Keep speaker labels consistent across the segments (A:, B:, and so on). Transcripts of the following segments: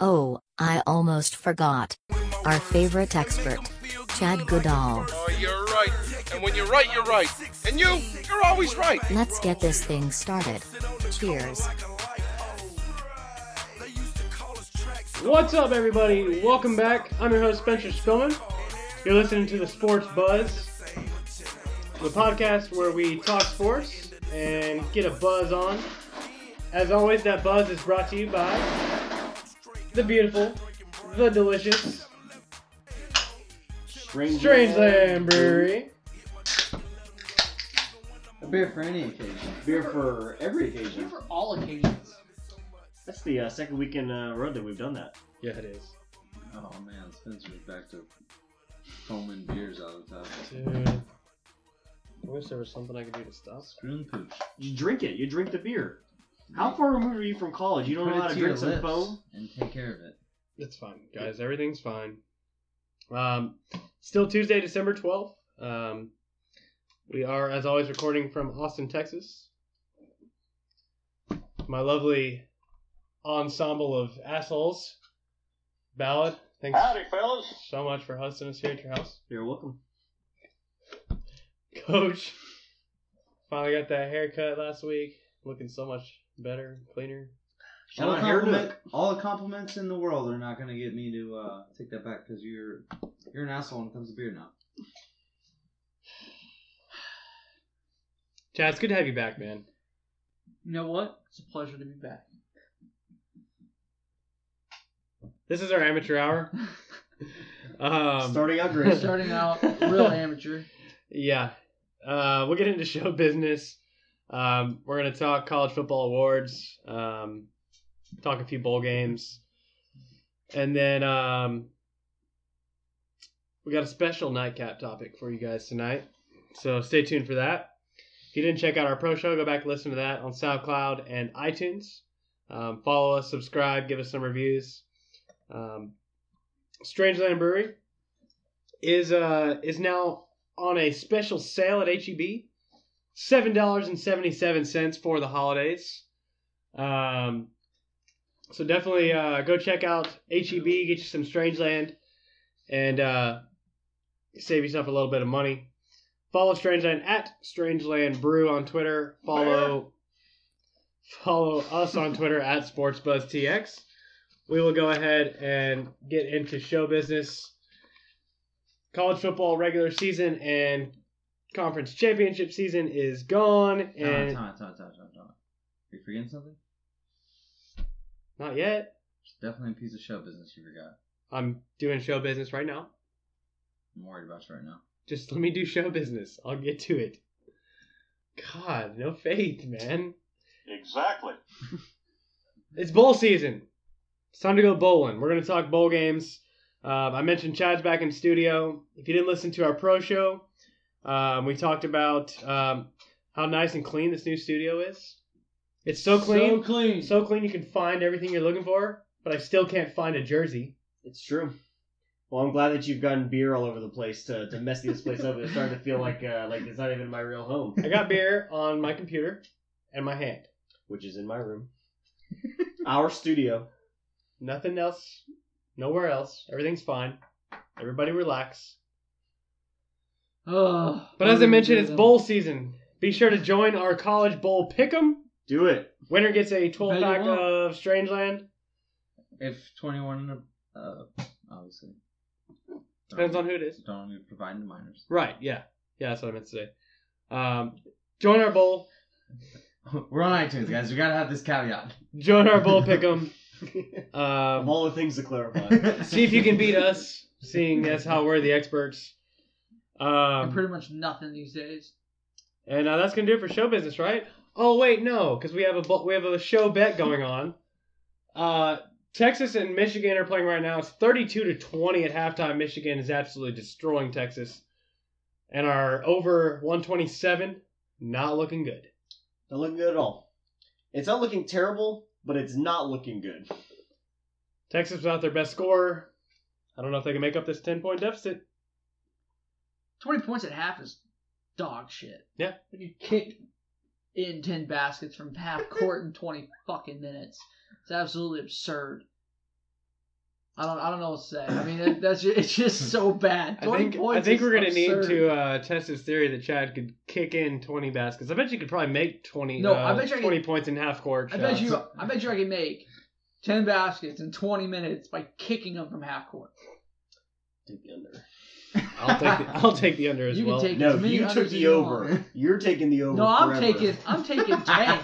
A: Oh, I almost forgot. Our favorite expert, Chad Goodall.
B: Oh, you're right. And when you're right, you're right. And you, you're always right.
A: Let's get this thing started. Cheers.
C: What's up, everybody? Welcome back. I'm your host, Spencer Spillman. You're listening to the Sports Buzz, the podcast where we talk sports and get a buzz on. As always, that buzz is brought to you by the beautiful, the delicious
D: Strange,
C: Strangeland Brewery.
D: A beer for any occasion. Beer for every occasion.
E: For all occasions.
C: That's the uh, second week in a row that we've done that. Yeah, it is.
D: Oh man, Spencer's back to foaming beers all the time.
C: Dude, I wish there was something I could do to stop.
D: Spoon pooch.
C: You drink it. You drink the beer. How far removed are you from college? You don't
D: Put
C: know
D: it
C: how to
D: your
C: drink some
D: lips
C: foam?
D: And take care of it.
C: It's fine, guys. Everything's fine. Um, still Tuesday, December 12th. Um, we are, as always, recording from Austin, Texas. My lovely ensemble of assholes. Ballad, thanks
F: Howdy, fellas.
C: so much for hosting us here at your house.
E: You're welcome.
C: Coach, finally got that haircut last week. Looking so much better, cleaner.
E: Shout
D: all,
E: out
D: the
E: Hair
D: compliment-
E: Nook.
D: all the compliments in the world are not gonna get me to uh, take that back because you're you're an asshole when it comes to beer now.
C: Chad, it's good to have you back, man.
G: You know what? It's a pleasure to be back.
C: This is our amateur hour. Um,
D: Starting out great.
G: Starting out real amateur.
C: Yeah. Uh, we'll get into show business. Um, we're going to talk college football awards, um, talk a few bowl games. And then um, we got a special nightcap topic for you guys tonight. So stay tuned for that. If you didn't check out our pro show, go back and listen to that on SoundCloud and iTunes. Um, follow us, subscribe, give us some reviews. Um, Strangeland Brewery is uh, is now on a special sale at HEB. Seven dollars and seventy seven cents for the holidays. Um, so definitely uh, go check out HEB, get you some Strangeland, and uh, save yourself a little bit of money. Follow Strangeland at Strangeland Brew on Twitter. Follow follow us on Twitter at SportsBuzzTX. We will go ahead and get into show business college football regular season and conference championship season is gone
D: Time,
C: and
D: time, time, time, time, time. You forgetting something?
C: not yet
D: It's definitely a piece of show business you forgot.
C: i'm doing show business right now
D: I'm worried about you right now.
C: just let me do show business i'll get to it god no faith man
F: Exactly.
C: it's bowl season it's time to go bowling we're going to talk bowl games um, i mentioned chad's back in studio if you didn't listen to our pro show um, we talked about um, how nice and clean this new studio is it's so clean
G: So clean.
C: so clean you can find everything you're looking for, but I still can't find a jersey.
E: It's true. Well, I'm glad that you've gotten beer all over the place to, to mess this place up. It's starting to feel like uh, like it's not even my real home,
C: I got beer on my computer and my hand.
E: which is in my room, our studio.
C: Nothing else, nowhere else. Everything's fine. Everybody relax.
G: Ugh.
C: But as I mentioned, it's bowl season. Be sure to join our college bowl pick'em.
E: Do it.
C: Winner gets a 12
G: Bet you
C: pack
G: won't.
C: of Strangeland.
D: If 21 and
H: Uh, obviously.
C: Depends on who it is.
H: Don't be providing to minors.
C: Right. Yeah. Yeah. That's what I meant to say. Um, join our bowl.
H: We're on iTunes, guys. We gotta have this caveat.
C: Join our bowl pick'em.
E: Of
C: Um,
E: all the things to clarify.
C: see if you can beat us, seeing as how we're the experts.
F: And
C: Um,
F: pretty much nothing these days.
C: And uh, that's gonna do it for show business, right? Oh wait, no, because we have a bu- we have a show bet going on. Uh, Texas and Michigan are playing right now. It's thirty-two to twenty at halftime. Michigan is absolutely destroying Texas, and our over one twenty-seven not looking good.
E: Not looking good at all. It's not looking terrible, but it's not looking good.
C: Texas without their best scorer. I don't know if they can make up this ten-point deficit.
F: 20 points at half is dog shit.
C: Yeah.
F: When you kick in 10 baskets from half court in 20 fucking minutes, it's absolutely absurd. I don't, I don't know what to say. I mean, that, that's ju- it's just so bad.
C: I
F: 20
C: think
F: points
C: I think
F: is
C: we're gonna
F: absurd.
C: need to uh, test his theory that Chad could kick in twenty baskets. I bet you could probably make twenty.
F: No,
C: uh,
F: I bet you I
C: twenty
F: could-
C: points in half court.
F: I bet
C: shots.
F: you, I bet you, I can make ten baskets in twenty minutes by kicking them from half court.
E: Take the under.
C: I'll take the, I'll take the under as
F: You can
C: well.
F: take
E: No,
F: as many
E: you
F: unders
E: took
F: as
E: the
F: you
E: over.
F: want.
E: You're taking the over.
F: No, I'm
E: forever.
F: taking, I'm taking ten.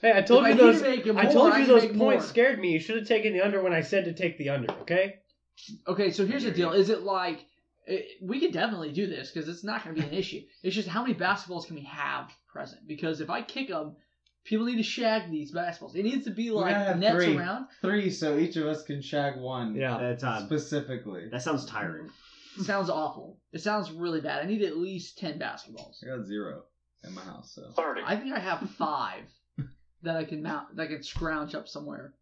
C: hey, I told
F: If
C: you
F: I need to
C: those.
F: make it
C: I
F: more,
C: told
F: I
C: you
F: can
C: those
F: make
C: points
F: more.
C: scared me. You should have taken the under when I said to take the under. Okay.
F: Okay, so here's the deal: is it like it, we could definitely do this because it's not going to be an issue. It's just how many basketballs can we have present? Because if I kick them, people need to shag these basketballs. It needs to be
H: gotta
F: like
H: have
F: nets
H: three.
F: around.
H: Three, so each of us can shag one.
C: Yeah.
E: That time.
H: Specifically.
E: That sounds tiring.
F: It sounds awful. It sounds really bad. I need at least ten basketballs.
H: I got zero in my house, so.
F: I think I have five that I can mount, that I can scrounge up somewhere.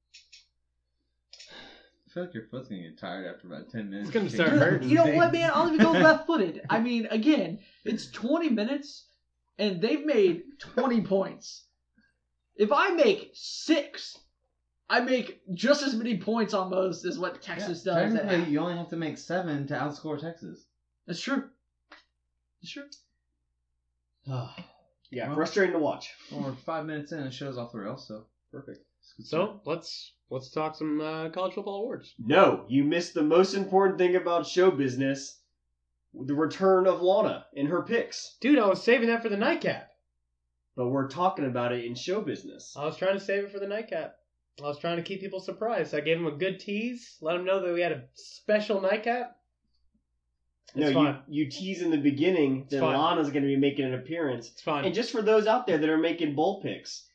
H: I feel like your foot's gonna get tired after about 10 minutes.
C: It's gonna
H: of
C: start
H: kicking.
C: hurting.
F: You know what, man? I'll even go left-footed. I mean, again, it's 20 minutes, and they've made 20 points. If I make six, I make just as many points almost as what Texas
H: Yeah,
F: does. at
H: Technically,
F: half.
H: you only have to make seven to outscore Texas.
F: That's true. That's true.
E: Yeah,
H: Well-
E: frustrating to watch.
H: Well, we're five minutes in and the show's off the rails, so perfect. It's good stuff.
C: So let's let's talk some uh, college football awards.
E: No, you missed the most important thing about show business: the return of Lana and her picks.
C: Dude, I was saving that for the nightcap.
E: But we're talking about it in show business.
F: Uh,
C: I was trying to save it for the nightcap. I was trying to keep people surprised. I gave them a good tease. Let them know that we had a special nightcap.
E: no,
C: it's fine.
E: you you tease in the beginning that
C: fine.
E: Lana's going to be making an appearance,
C: It's fine.
E: and just for those out there that are making bowl picks,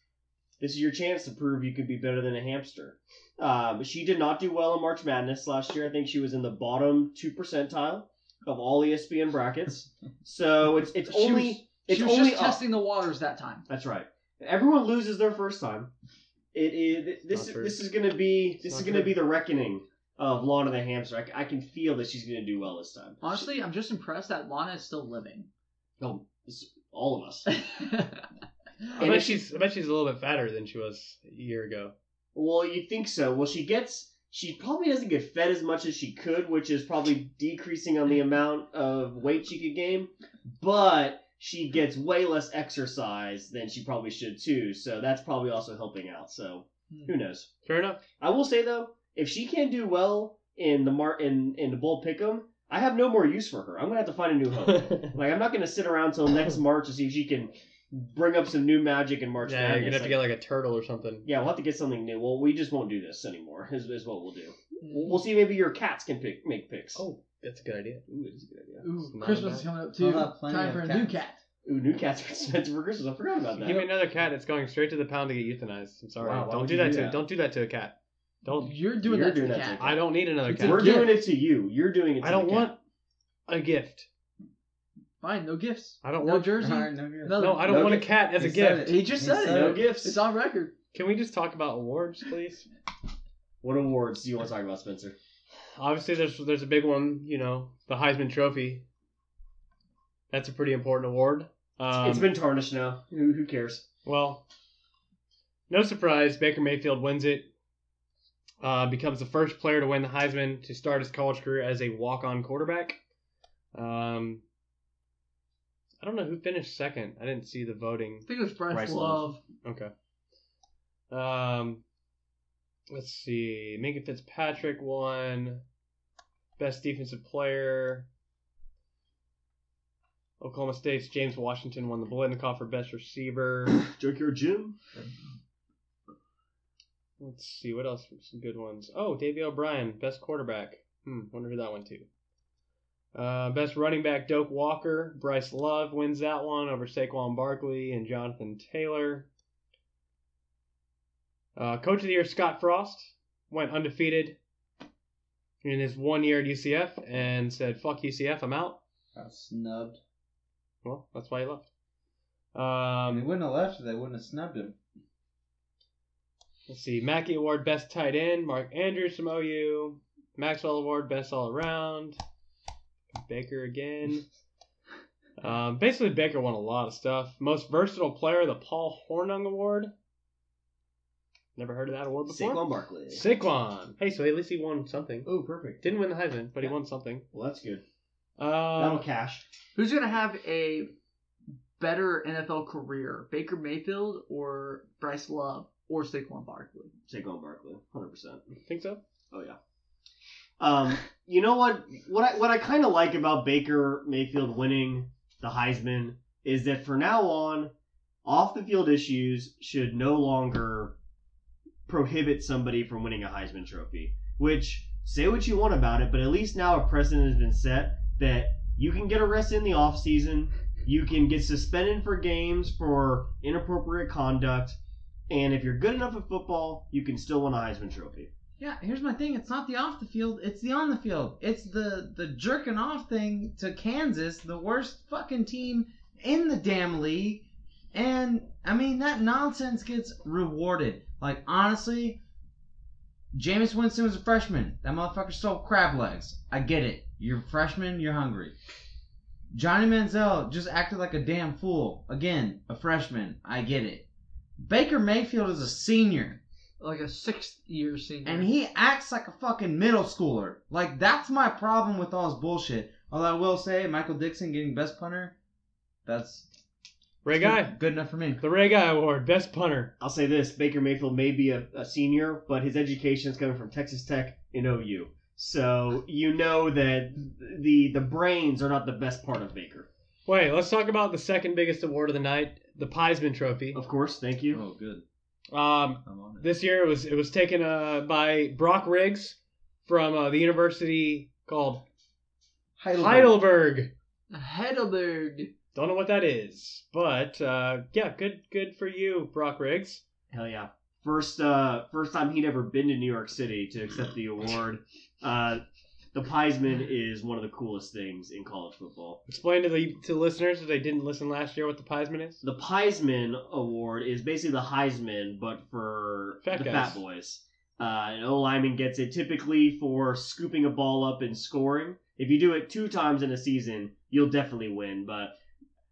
E: this is your chance to prove you could be better than a hamster. Uh, but she did not do well in March Madness last year. I think she was in the bottom two percentile of all E ESPN brackets. So it's it's
F: She was-
E: only it's
F: she was
E: only
F: just
E: up.
F: testing the waters that time.
E: That's right. Everyone loses their first time. It is this
C: Not true.
E: this is gonna be
C: It's
E: this
C: not
E: is gonna
C: true.
E: be the reckoning of Lana the hamster. I, c- I can feel that she's gonna do well this time.
F: Honestly, I'm just impressed that Lana is still living.
E: no, it's oh, all of us.
C: I bet she's I bet she's a little bit fatter than she was a year ago.
E: Well, you think so? Well, she gets she probably doesn't get fed as much as she could, which is probably decreasing on the amount of weight she could gain. But she gets way less exercise than she probably should too, so that's probably also helping out. So who knows?
C: Fair enough.
E: I will say though, if she can't do well in the mar in in the bull pick'em, I have no more use for her. I'm gonna have to find a new home. like I'm not gonna sit around till next March to see if she can bring up some new magic in March.
C: yeah, you're gonna
E: Madness.
C: have to get like a turtle or something.
E: yeah, we'll have to get something new. Well, we just won't do this anymore. Is, is what we'll do. We'll, we'll see. Maybe your cats can pick make picks.
C: Oh, that's a good idea.
E: Ooh, it is a good idea.
F: Ooh,
C: Not bad.
F: Christmas is coming up
H: I'll
F: too.
H: have plenty
F: Time
H: of
F: for a
H: cats.
F: new cat.
E: Ooh, new cats are expensive for Christmas. I forgot about that.
C: Give me another cat. It's going straight to the pound to get euthanized. I'm sorry.
E: Wow, why
C: don't
E: would
C: do
E: you
C: that
E: do
C: to
E: that?
C: don't do that to a cat. Don't.
F: You're doing
E: You're
F: that
E: doing
F: to the
E: that to
F: cat.
E: the
C: I don't need another cat.
E: We're
F: a
E: doing
F: gift.
E: it to you. You're doing it. To
C: I don't
E: the
C: want
E: Cat.
C: a gift.
F: Fine, no gifts.
C: I don't
F: No
C: want.
F: jersey.
H: Alright, no good.
F: No,
C: No, I don't
E: No
C: want
E: gift.
C: a cat as a
H: He said
C: gift.
H: it.
F: He just said it.
H: said
E: No
H: it.
E: gifts.
F: It's on record.
C: Can we just talk about awards, please?
E: What awards do you want to talk about, Spencer?
C: Obviously, there's there's a big one. You know, the Heisman Trophy. That's a pretty important award. Um,
E: it's been tarnished now. Who, who cares?
C: Well, no surprise, Baker Mayfield wins it. Uh, becomes the first player to win the Heisman to start his college career as a walk-on quarterback. Um, I don't know who finished second. I didn't see the voting.
F: I think it was Bryce,
E: Bryce
F: Love.
E: Love.
C: Okay. Um, let's see. Minka Fitzpatrick won best defensive player. Oklahoma State's James Washington won the Bolitnikoff for best receiver.
E: Joker Jim.
C: Let's see what else. Some good ones. Oh, Davy O'Brien, best quarterback. Hmm, wonder who that went to. Uh, best running back, Doak Walker. Bryce Love wins that one over Saquon Barkley and Jonathan Taylor. Uh, Coach of the year, Scott Frost, went undefeated in his one year at UCF and said, "Fuck UCF, I'm out."
D: Got snubbed.
C: Well, that's why he left.
D: Um, they
C: Um,
D: wouldn't have left if they wouldn't have snubbed him.
C: Let's see. Mackey Award Best Tight End. Mark Andrews from OU. Maxwell Award Best All Around. Baker again. Um, basically, Baker won a lot of stuff. Most Versatile Player, the Paul Hornung Award. Never heard of that award before.
E: Saquon Barkley.
C: Saquon. Hey, so at least he won something.
E: Oh, perfect.
C: Didn't win the Heisman, but he won something.
E: Well, that's good. That'll
C: Um,
E: cash.
G: Who's gonna have a better NFL career, Baker Mayfield or Bryce Love or Saquon Barkley?
E: Saquon Barkley, hundred percent.
C: think so.
E: Oh yeah. Um, you know what? What I what I kind of like about Baker Mayfield winning the Heisman is that for now on, off the field issues should no longer prohibit somebody from winning a Heisman Trophy. Which say what you want about it, but at least now a precedent has been set that you can get arrested in the off season, you can get suspended for games for inappropriate conduct, and if you're good enough at football, you can still win a Heisman Trophy.
D: Yeah, here's my thing. It's not the off the field. It's the on the field. It's the the jerking off thing to Kansas, the worst fucking team in the damn league. And I mean that nonsense gets rewarded. Like honestly, Jameis Winston was a freshman. That motherfucker stole crab legs. I get it. You're a freshman. You're hungry. Johnny Manziel just acted like a damn fool. Again, a freshman. I get it. Baker Mayfield is a senior
G: Like a sixth year senior.
D: and he acts like a fucking middle schooler. Like that's my problem with all his bullshit. Although I will say, Michael Dixon getting best punter, that's
C: Ray Guy.
D: good, good enough for me.
C: The Ray Guy Award. Best punter.
E: I'll say this: Baker Mayfield may be a, a senior, but his education is coming from Texas Tech and OU, so you know that the the brains are not the best part of Baker.
C: Wait, let's talk about the second biggest award of the night, the Heisman Trophy.
E: Of course, thank you.
D: Oh, good.
C: Um,
D: I'm on it.
C: This year it was it was taken uh, by Brock Riggs from uh, the university called Heidelberg.
G: Heidelberg.
C: Don't know what that is, but uh, yeah, good good for you, Brock Riggs.
E: Hell yeah! First uh, first time he'd ever been to New York City to accept the award. Uh, the Heisman is one of the coolest things in college football.
C: Explain to the to listeners if they didn't listen last year what the Heisman is.
E: The Heisman Award is basically the Heisman, but for
C: Fat
E: the
C: guys.
E: fat boys. Uh, an O lineman gets it typically for scooping a ball up and scoring. If you do it two times in a season, you'll definitely win, but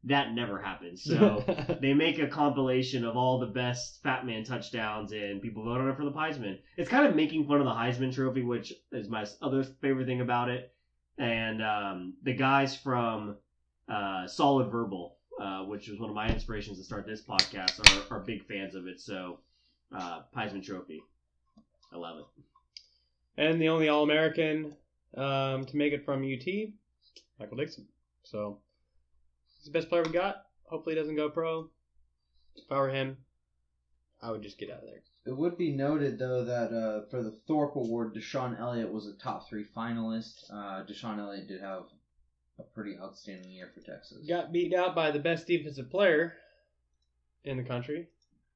E: that never happens. So they make a compilation of all the best Fat Man touchdowns, and people vote on it for the Heisman. It's kind of making fun of the Heisman Trophy, which is my other favorite thing about it. And um, the guys from uh, Solid Verbal, uh, which was one of my inspirations to start this podcast, are, are big fans of it. So, uh, Heisman Trophy. I love it.
C: and the only All American um, to make it from UT, Michael Dixon. So he's the best player we got. Hopefully, he doesn't go pro. If I were him, I would just get out of there.
D: It would be noted though that uh, for the Thorpe Award, Deshaun Elliott was a top three finalist. Uh, Deshaun Elliott did have a pretty outstanding year for Texas.
C: got beat out by the best defensive player in the country,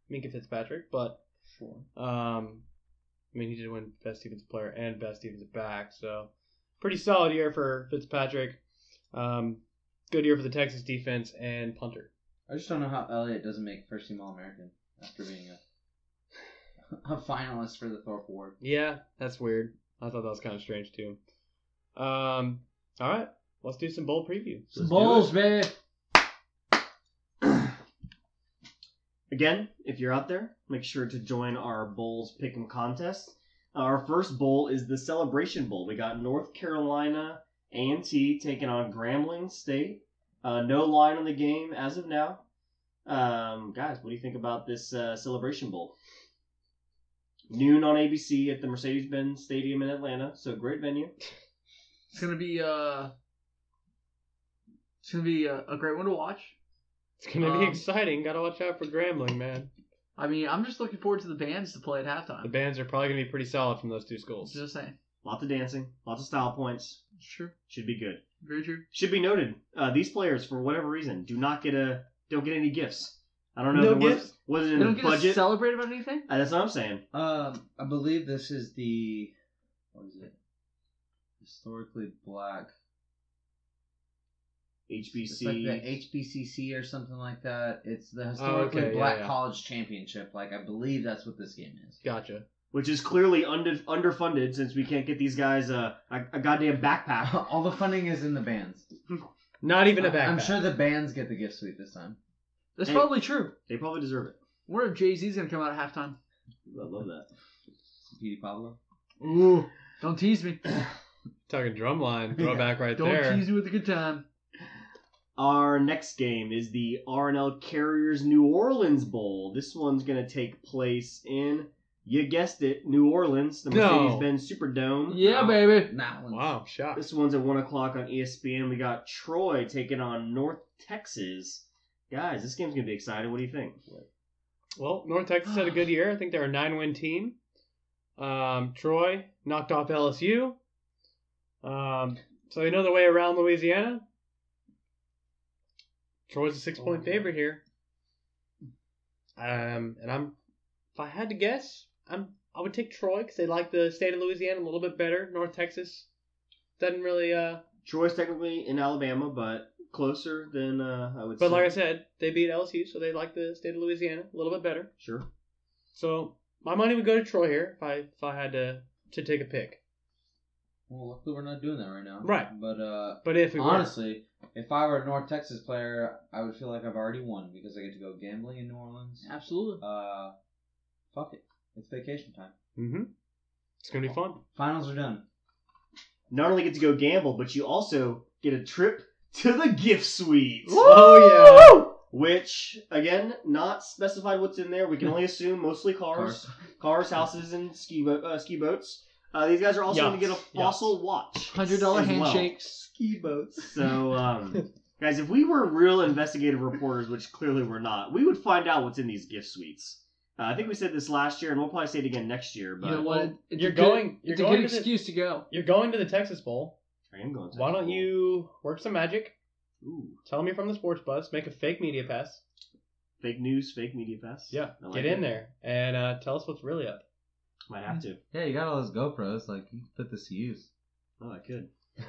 C: Minka Fitzpatrick. But
D: sure.
C: um, I mean, he did win best defensive player and best defensive back, so pretty solid year for Fitzpatrick. Um, good year for the Texas defense and punter.
D: I just don't know how Elliott doesn't make first team All American after being a a finalist for the Thorpe Award.
C: Yeah, that's weird. I thought that was kind of strange too. Um, all right, let's do some bowl preview.
D: Some balls, baby.
E: Again, if you're out there, make sure to join our Bowls Pick'em contest. Our first bowl is the Celebration Bowl. We got North Carolina A&T taking on Grambling State. Uh, no line on the game as of now. Um, guys, what do you think about this uh, Celebration Bowl? noon on ABC at the Mercedes Benz Stadium in Atlanta. So great venue.
G: It's gonna be uh, it's gonna be a, a great one to watch.
C: It's gonna be
G: Um,
C: exciting. Gotta watch out for Grambling, man.
G: I mean, I'm just looking forward to the bands to play at halftime.
C: The bands are probably gonna be pretty solid from those two schools.
G: Just saying,
E: Lots of dancing, lots of style points.
G: it's true,
E: Should be good.
G: very true.
E: Should be noted, uh, these players for whatever reason do not get a don't get any gifts. I don't know.
C: No
E: if it was-
C: gifts?
E: Was,
G: They
E: it in
G: don't
E: the
G: get to
E: budget?
G: celebrate about anything.
E: Uh, that's what I'm saying.
D: Um, I believe this is the what is it? Historically black. It's like
E: HBC.
D: the HBCC or something like that. It's the
C: Oh,
D: historically
C: okay, yeah,
D: black
C: yeah.
D: college championship. Like I believe that's what this game is.
C: Gotcha.
E: which is clearly under, underfunded since we can't get these guys uh, a, a goddamn backpack.
D: All the funding is in the bands.
C: Not even a backpack.
D: I'm sure the bands get the gift suite this time.
G: That's
E: Hey.
G: probably true.
E: They probably deserve it.
G: Wonder if Jay Z's gonna come out at halftime.
E: I love that.
D: Petey Pablo.
G: Ooh, don't tease me.
C: Talking drumline throwback right
G: Don't
C: there.
G: tease me with a good time.
E: Our next game is the RNL Carriers New Orleans Bowl. This one's going to take place in, you guessed it, New Orleans, the
C: No.
E: Mercedes-Benz Superdome.
G: Yeah, baby.
D: Nah, let's-
C: Wow, I'm shocked.
E: This one's at 1 o'clock on E ESPN. We got Troy taking on North Texas. Guys, this game's going to be exciting. What do you think?
C: Well, North Texas had a good year. I think they're a nine-win team. Um, Troy knocked off LSU. Um, so they know the way around Louisiana. Troy's a six-point favorite here. Um, and I'm, if I had to guess, I'm, I would take Troy because they like the state of Louisiana a little bit better. North Texas doesn't really, uh,
E: Troy's technically in Alabama, but closer than uh, I would
C: but
E: say.
C: like I said, they beat LSU, so they like the state of Louisiana a little bit better.
E: Sure.
C: So my money would go to Troy here if I if I had to to take a pick.
D: Well, luckily we're not doing that right now.
C: Right.
D: But uh,
C: But if we were,
D: honestly, if I were a North Texas player, I would feel like I've already won because I get to go gambling in New Orleans.
G: Absolutely.
D: Uh, fuck it. It's vacation time.
C: mm-hmm. it's gonna be fun.
D: Finals are done.
E: not only get to go gamble, but you also get a trip to the gift suite.
C: Oh
E: Which, again, not specified what's in there. We can only assume mostly cars, cars, houses, and ski bo- uh, ski boats. Uh, these guys are also going to get a
C: Yachts.
E: fossil watch,
G: Hundred dollar
E: as well.
G: handshakes.
D: Ski boats.
E: So, um, guys, if we were real investigative reporters, which clearly we're not, we would find out what's in these gift suites. Uh, I think we said this last year, and we'll probably say it again next year. But
G: You know what?
C: Well,
G: It's
C: you're
G: a good-
C: going-
G: It's
C: you're
G: a good
C: going to the-
G: excuse to go.
C: yeah, you're going to the Texas Bowl.
E: I am going. To
C: Why don't you work some magic?
E: Ooh,
C: Tell me from the sports bus. Make a fake media pass.
E: fake news, fake media pass.
C: Yeah,
E: I like
C: get
E: it.
C: in there and uh, tell us what's really up.
E: Might have to.
D: Yeah, you got all those GoPros. Like, you can put this to use.
E: Oh, I could.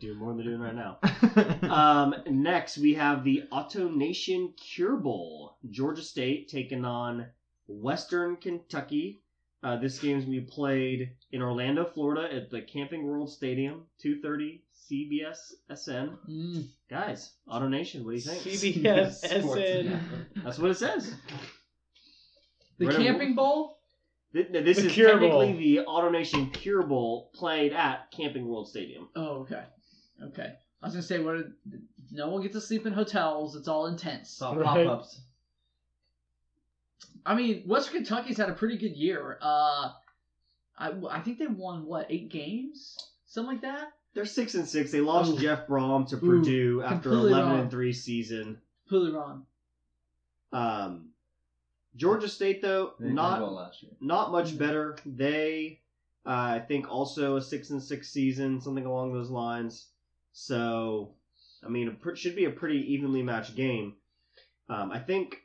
E: Do more than they're doing right now.
D: uh,
E: Um, next, we have the Auto Nation Cure Bowl. Georgia State taking on Western Kentucky. Uh, this game's gonna be played in Orlando, Florida, at the Camping World Stadium, 2:30 CBS SN.
G: Mm.
E: Guys, Auto Nation, what do you think?
C: CBS
D: Sports
C: SN.
E: That's what it says.
G: The
E: Right on.
G: camping bowl.
E: Th- th- This
C: The
E: is
C: Cure
E: technically
C: Bowl.
E: the Auto Nation Cure Bowl played at Camping World Stadium.
G: Oh, okay, okay. I was gonna say, what? are- No one gets to sleep in hotels. It's all intense.
D: Saw
C: Right.
D: pop-ups.
G: I mean, Western Kentucky's had a pretty good year. Uh, I, I think they won what eight games, something like that.
E: They're six and six. They lost
G: Ooh.
E: Jeff Brom to
G: Ooh,
E: Purdue after
G: completely
E: eleven
G: wrong.
E: and three season.
G: Completely wrong.
E: Um, Georgia State though
D: They did well
E: not
D: last year.
E: not much better. They uh, I think also a six and six season, something along those lines. So I mean, it should be a pretty evenly matched game. Um, I think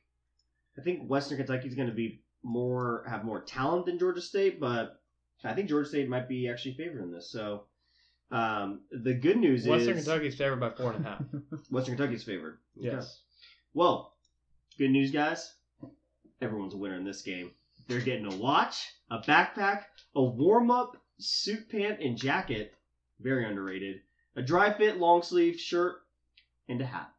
E: I think Western Kentucky's going to be more have more talent than Georgia State, but I think Georgia State might be actually favored in this. So um, the good news
C: Western
E: is
C: Kentucky's favored by four and a half.
E: Western Kentucky's favored. Okay.
C: Yes.
E: Well, good news, guys. Everyone's a winner in this game. They're getting a watch, a backpack, a warm up suit pant and jacket, very underrated, a dry fit long sleeve shirt, and a hat.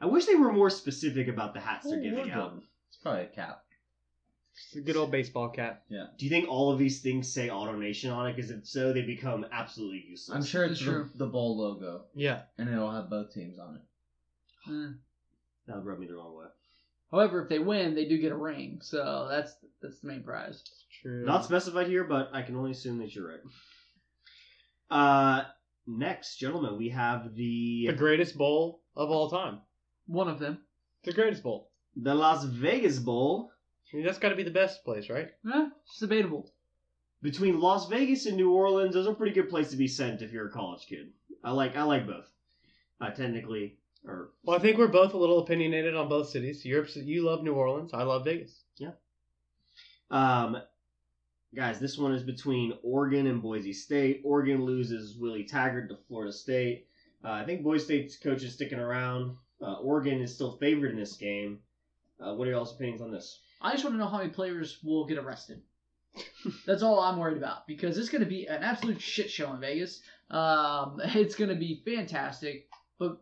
E: I wish they were more specific about the hats they're
C: Oh,
E: giving
C: wardrobe.
E: out.
D: It's probably a cap.
C: It's a good old baseball cap.
E: Do you think all of these things say Auto Nation on it? Because if so, they become absolutely useless.
D: I'm sure it's
G: Sure.
D: The, the bowl logo,
C: Yeah.
D: and it'll have both teams on it.
G: Mm.
E: That would rub me the wrong way.
F: Hmm. However, if they win, they do get a ring. So that's that's the main prize.
C: True.
E: Not specified here, but I can only assume that you're right. Uh, next, gentlemen, we have the
C: the greatest bowl of all time.
F: One of them.
C: The greatest bowl.
E: the Las Vegas Bowl
C: I mean, that's got to be the best place, right?
F: Eh, it's debatable.
E: between Las Vegas and New Orleans. Those are pretty good place to be sent if you're a college kid. I like I like both. Uh, technically, or
C: Well, I think we're both a little opinionated on both cities. Europe's, you love New Orleans. I love Vegas.
E: Um, guys, this one is between Oregon and Boise State. Oregon loses Willie Taggart to Florida State. Uh, I think Boise State's coach is sticking around. Uh, Oregon is still favored in this game. Uh, what are y'all's opinions on this?
F: I just want to know how many players will get arrested. That's all I'm worried about because it's going to be an absolute shit show in Vegas. Um, it's going to be fantastic, but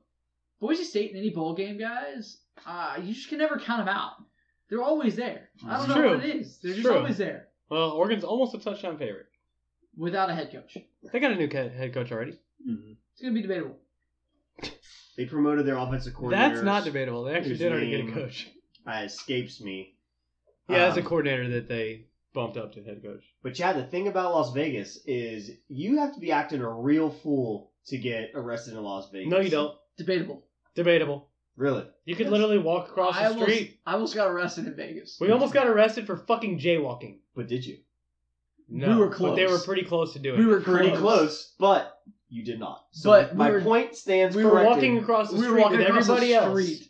F: Boise State in any bowl game, guys, uh, you just can never count them out. They're always there. I don't
C: It's
F: know
C: true.
F: what it is. They're
C: It's
F: just
C: true.
F: always there
C: Well, Oregon's almost a touchdown favorite.
F: without a head coach. It's
C: They got a new ca- head coach already.
F: going to be debatable.
E: They promoted their offensive coordinator.
C: That's not debatable. They actually
E: Whose
C: did already get a
E: name-
C: coach.
E: Uh, escapes me.
C: Yeah, that's a
E: Um,
C: coordinator that they bumped up to head coach.
E: But yeah, the thing about Las Vegas is you have to be acting a real fool to get arrested in Las Vegas.
C: No, you don't.
F: Debatable.
C: Debatable.
E: Really?
C: You could
F: Yes.
C: literally walk across
F: I
C: the street.
F: Almost, I almost got arrested in Vegas.
C: We almost got arrested for fucking jaywalking.
E: But did you?
C: No,
F: We were
C: But they were
F: close.
C: pretty close to doing
F: We
C: it.
F: were
E: Pretty close, but you did not. So
F: But we
E: my
F: were-
E: point stands.
C: We were
E: corrected.
C: walking across the
F: We were
C: street
F: walking
C: with
F: across
C: everybody
F: the
C: else.
F: street,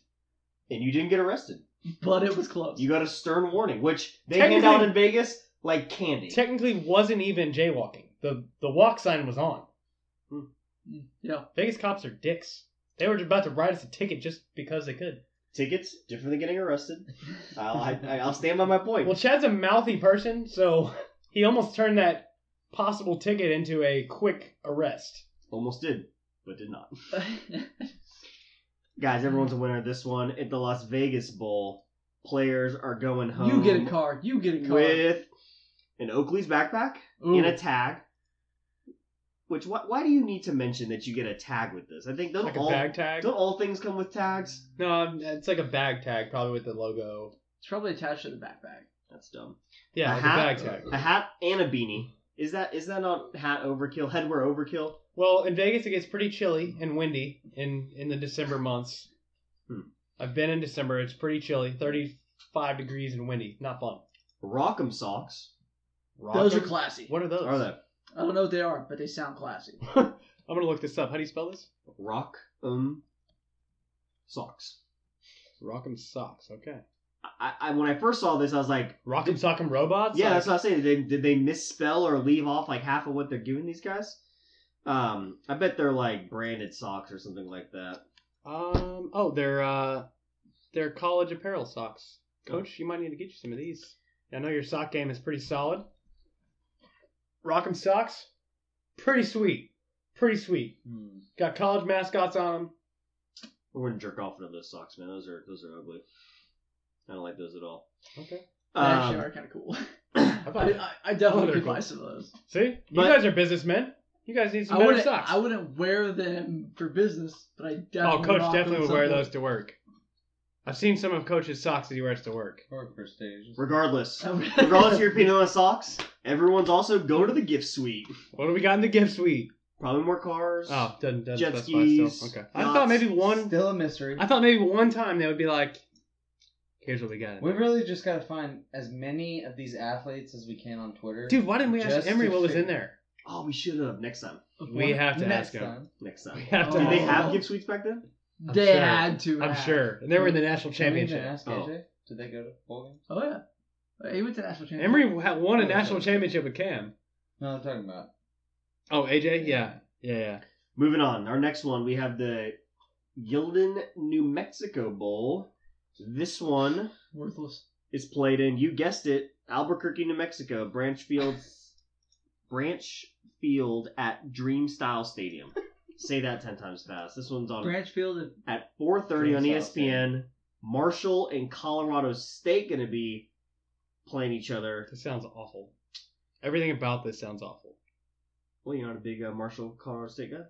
E: and you didn't get arrested.
F: but it was close.
E: You got a stern warning, which they hand out
C: Technically-
E: in Vegas like candy.
C: Technically, wasn't even jaywalking. The the walk sign was on.
F: Mm, yeah.
C: Vegas cops are dicks. They were about to write us a ticket just because they could.
E: Tickets different than getting arrested. I'll, I, I'll stand by my point.
C: Well, Chad's a mouthy person, so he almost turned that possible ticket into a quick arrest.
E: Almost did, but did not. Guys, everyone's a winner. of This one at the Las Vegas Bowl, players are going home.
F: you get a card. You get a card.
E: with an Oakley's backpack
F: Ooh.
E: and a tag. Which why, why do you need to mention that you get a tag with this? I think don't
C: Like a
E: all
C: bag tag?
E: don't all things come with tags.
C: No, I'm- it's like a bag tag, probably with the logo.
F: It's probably attached to the backpack.
E: That's dumb.
C: Yeah,
E: a
C: like
E: hat,
C: a bag tag.
E: a hat and a beanie. Is that is that not hat overkill? Headwear overkill?
C: Well, in Vegas it gets pretty chilly and windy in in the December months.
E: Hmm.
C: I've been in December. It's pretty chilly, thirty five degrees and windy. Not fun.
E: Rock'em socks. Rock'em?
F: Those are classy.
C: What are those?
E: What are they?
F: I don't know what they are, but they sound classy.
C: I'm gonna look this up. How do you spell this?
E: Rock'em socks.
C: Rock'em socks. Okay.
E: I, I when I first saw this, I was like,
C: Rock'em sock'em robots.
E: yeah,
C: Like,
E: that's what I was saying. Did they, did they misspell or leave off like half of what they're giving these guys? Um, I bet they're like branded socks or something like that.
C: Um. Oh, they're uh, they're college apparel socks. Coach, you might need to get you some of these. I know your sock game is pretty solid. Rock'em socks, pretty sweet. Pretty sweet.
E: Hmm.
C: Got college mascots on them.
E: I wouldn't jerk off into those socks, man. Those are those are ugly. I don't like those at all.
C: Okay.
F: They actually
E: Um,
F: are kind of cool.
C: How about
F: I, mean, I, I definitely
C: Oh, they're
F: could
C: cool.
F: buy some of those.
C: See,
E: But-
C: you guys are businessmen. You guys need some
F: I
C: better
F: wouldn't,
C: socks.
F: I wouldn't wear them for business, but I definitely.
C: oh, coach
F: rock
C: definitely
F: them
C: would wear
F: somewhere.
C: those to work. I've seen some of coach's socks that he wears to work.
I: Or for stage.
E: regardless,
F: I would-
E: regardless of your Pinola socks, everyone's also go to the gift suite.
C: What do we got in the gift suite?
E: Probably more cars.
C: Oh, doesn't, doesn't
E: Jet
C: specify still.
E: skis,
C: Okay. I
E: yachts,
C: thought maybe one.
I: Still a mystery.
C: I thought maybe one time they would be like, "Here's what we got."
I: We really just gotta find as many of these athletes as we can on Twitter.
C: Dude, why didn't we ask
I: Just
C: Emery
I: to
C: what was
I: fit-
C: in there?
E: Oh, we should have next time.
C: We have to
I: Next
C: ask him.
I: time.
E: Next
C: We
E: time.
C: have to.
E: Did they
C: ask
E: have
C: him.
E: gift suites back then?
F: They
C: sure.
F: had to.
C: I'm
F: have.
C: sure. And they were in the national
I: Can we even
C: championship.
I: ask
E: Oh.
I: AJ? Did they go to bowl games?
F: Oh yeah, he went to national championship.
C: Emery ha- won a national championship with Cam.
I: No, I'm talking about.
C: Oh, AJ. Yeah. Yeah. Yeah.
E: Moving on. Our next one, we have the Gildan New Mexico Bowl. This one
F: worthless.
E: is played in, you guessed it, Albuquerque, New Mexico, Branch Fields, Branch Field at Dream Style Stadium. Say that ten times fast. This one's on
F: Branchfield Um, and
E: at 4:30 on E
I: Dream Style
E: ESPN. Marshall and Colorado State going to be playing each other.
C: This sounds awful. Everything about this sounds awful.
E: Well, you're not a big uh, Marshall Colorado State guy.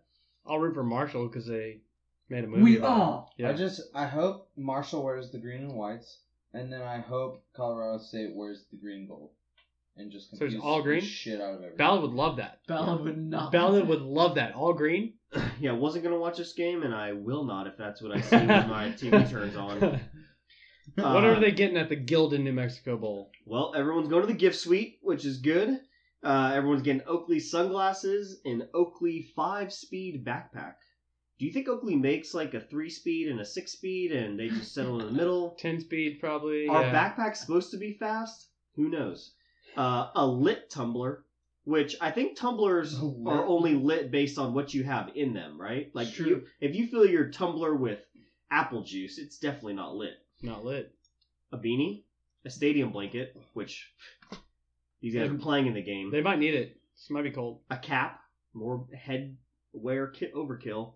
C: I'll root for Marshall because they made a movie.
F: we
C: about
F: all.
C: it. Yeah.
I: I just I hope Marshall wears the green and whites
F: and then I hope Colorado State wears the green gold and just
C: So it's
F: confuses
C: all
F: the
C: green?
F: shit out of everything.
C: Ballard would love that.
G: Ballard would not.
C: Ballard would love that. All green.
E: Yeah, I wasn't gonna watch this game, and I will not if that's what I see when my TV turns on. Uh,
C: what are they getting at the Gildan New Mexico Bowl?
E: Well, everyone's going to the gift suite, which is good. Uh, everyone's getting Oakley sunglasses and Oakley five-speed backpack. Do you think Oakley makes like a three-speed and a six-speed, and they just settle in the middle?
C: Ten speed probably.
E: Are
C: yeah.
E: backpacks supposed to be fast? Who knows? Uh, a lit tumbler, which I think tumblers
F: A lit-
E: are only lit based on what you have in them, right? Like
G: Sure.
E: you, if you fill your tumbler with apple juice, it's definitely not lit.
C: not lit.
E: A beanie, a stadium blanket, which these guys are playing in the game.
C: They might need it. This might be cold.
E: A cap, more headwear kit overkill,